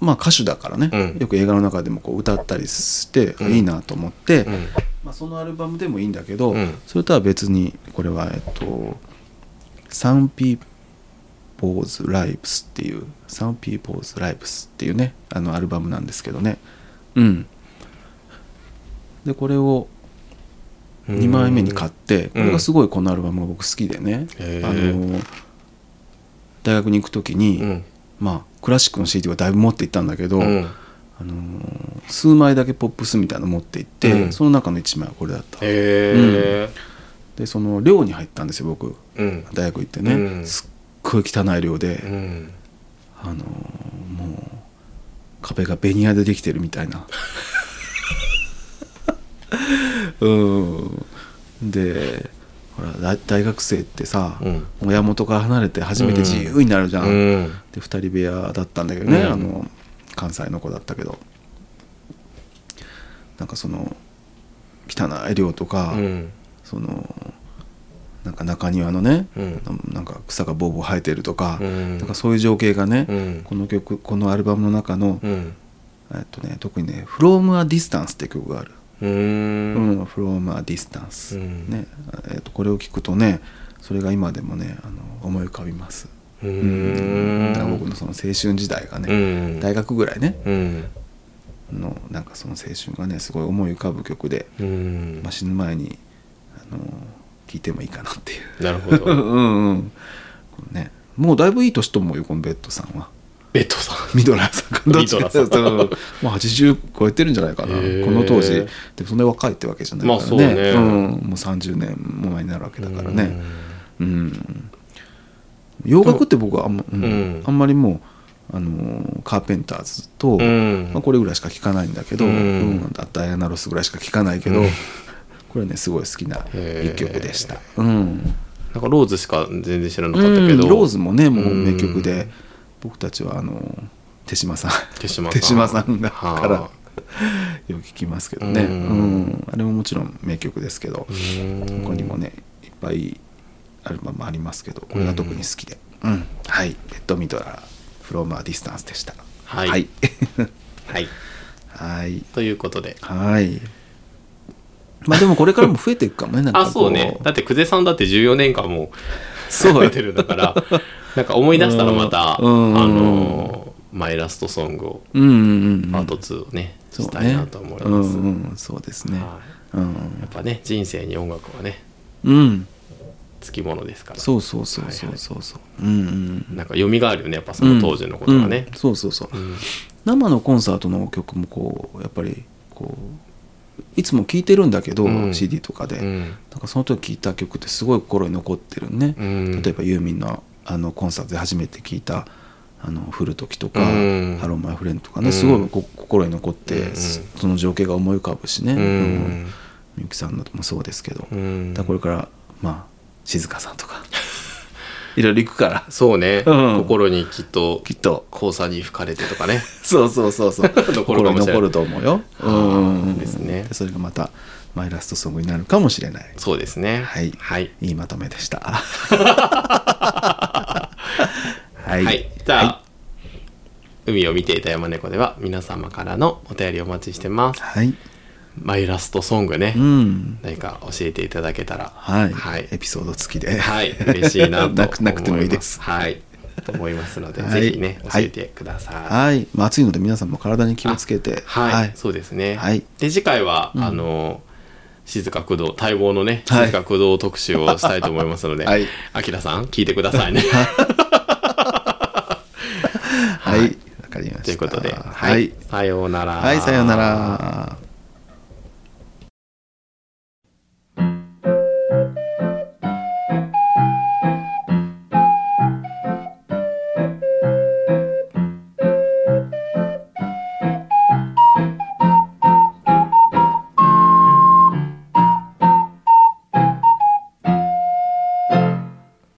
A: まあ歌手だからね、
B: うん
A: よく映画の中でもこう歌ったりして、
B: うん
A: いいなと思って、
B: うん
A: まあ、そのアルバムでもいいんだけど、
B: うん
A: それとは別にこれはえっと「サンピーポーズ・ライブス」っていう「サンピーポーズ・ライブス」っていうねあのアルバムなんですけどねうんでこれを2枚目に買ってこれがすごいこのアルバムが僕好きでね、
B: へ
A: あ
B: ー
A: の大学に行く時に、
B: うん
A: まあクラシックの CD はだいぶ持って行ったんだけど、
B: うん
A: あのー数枚だけポップスみたいなの持って行って、
B: うん
A: その中の1枚はこれだった
B: へえ
A: でその寮に入ったんですよ僕
B: うん
A: 大学行ってね、
B: うん
A: すっごい汚い寮で、
B: うん
A: あのーもう壁がベニヤでできてるみたいな うんでほら大大学生ってさ、
B: うん
A: 親元から離れて初めて自由になるじゃん、
B: うん
A: で2人部屋だったんだけどね、
B: うん
A: あの関西の子だったけどなんかその汚い寮とか、
B: うん
A: そのなんか中庭のね、
B: うん
A: ななんか草がボーボー生えてるとか、
B: うん
A: なんかそういう情景がね、
B: うん
A: この曲このアルバムの中の、
B: うん
A: えっとね、特にね「From a Distance」って曲がある
B: う
A: 「
B: ん
A: うん、From a Distance、
B: うん
A: ねえっとこれを聞くとねそれが今でもねあの思い浮かびます、
B: う
A: うん
B: ん
A: だから僕のその青春時代が
B: う
A: ね、
B: ん
A: 大学ぐらいね
B: うん
A: のなんかその青春がねすごい思い浮かぶ曲で、
B: うん
A: まあ、死ぬ前にあの聞いてもいいかなっていう。
B: なるほ
A: う
B: ど
A: んうんこれねもうだいぶいい年と思うよこのベッドさんは
B: ベッドさん
A: ミドラーさんがどっちかというと
B: ミドラー
A: もう80超えてるんじゃないかな
B: へー
A: この当時でもそんなに若いってわけじゃないからね,、
B: まあそうね
A: ん、もう30年も前になるわけだからねうん、洋楽って僕はあん,、まうん
B: うん
A: あんまりもうあのーカーペンターズと、
B: うん
A: まあ、これぐらいしか聴かないんだけど、
B: うん
A: うんあとダイアナ・ロスぐらいしか聴かないけど、
B: うん
A: これねすごい好きな一曲でした。うん
B: なんかローズしか全然知らなかったけ
A: う
B: ど
A: んローズもねもう名曲
B: う
A: で
B: ん
A: 僕たちはあの手島さん
B: 手島さん
A: 手島さんだ
B: はあ
A: からよく聞きますけどね、う
B: うんん
A: あれももちろん名曲ですけど
B: うん
A: 他にもねいっぱいアルバムありますけどこれが特に好きで、うんはい「レッドミドラーフローマーディスタンス」でした
B: はい
A: はい
B: はい
A: はい
B: ということで
A: はいまあでもこれからも増えていくかもねなんかこ
B: あそうねだって久世さんだって14年間もう
A: そう
B: やってるんだからなんか思い出したらまた、
A: うん
B: あのーマイラストソングを
A: うんうんうん
B: パート2をね、
A: そう
B: したい
A: ね
B: なと思い
A: うん
B: ます、
A: うんそうですね、
B: はい
A: うん
B: やっぱね人生に音楽はね
A: うん、
B: つきものですから
A: そうそうそうそうそうそう、うんうん
B: なんか蘇るよねやっぱその当時のことがね
A: うん、そうそうそう
B: うん
A: 生のコンサートの曲もこうやっぱりこういつも聴いてるんだけど、
B: うん
A: CD とかで、
B: うん
A: なんかその時聴いた曲ってすごい心に残ってるね、
B: うん
A: 例えばユーミンのあのコンサートで初めて聴いた「あの降る時」とか「
B: うん
A: ハローマイフレンド」とか
B: う
A: ね
B: ん
A: すごいこ心に残って、
B: うん
A: その情景が思い浮かぶしね、
B: う
A: うん
B: ん
A: みゆきさんのもそうですけど、
B: うん
A: だからこれからまあ静香さんとか いろいろ行くから
B: そうね、
A: うん
B: 心にきっと
A: きっと
B: 交差に吹かれてとかね
A: そうそうそうそう
B: 残るかもしれな
A: 心に
B: い
A: 残ると思うようんうんうん
B: ですね
A: それがまたマイラストソングになるかもしれない
B: そうですね
A: はい
B: はい
A: いいまとめでしたは、
B: はいい、じゃあ、海を見ていた山猫では皆様からのお便りをお待ちしてます
A: はい
B: マイラストソングね、
A: うん
B: 何か教えていただけたら
A: はい、
B: はい
A: エピソード付きで
B: はい、嬉しいなと思い ま
A: なくなくてもいいです
B: はい、と思いますので、
A: はい
B: ぜひね、教
A: はい
B: えてください。はい、
A: はい、まあ、暑いので皆さんも体に気をつけて
B: そうですね。
A: はい
B: で、次回は、
A: うん
B: あの、静か駆動、待望のね、
A: はい
B: 静か駆動特集をしたいと思いますので、
A: はい
B: あきらさん、聞いてくださいね。
A: はいわ、かりました
B: ということで、は
A: はい
B: い、さようなら。
A: はい、さようなら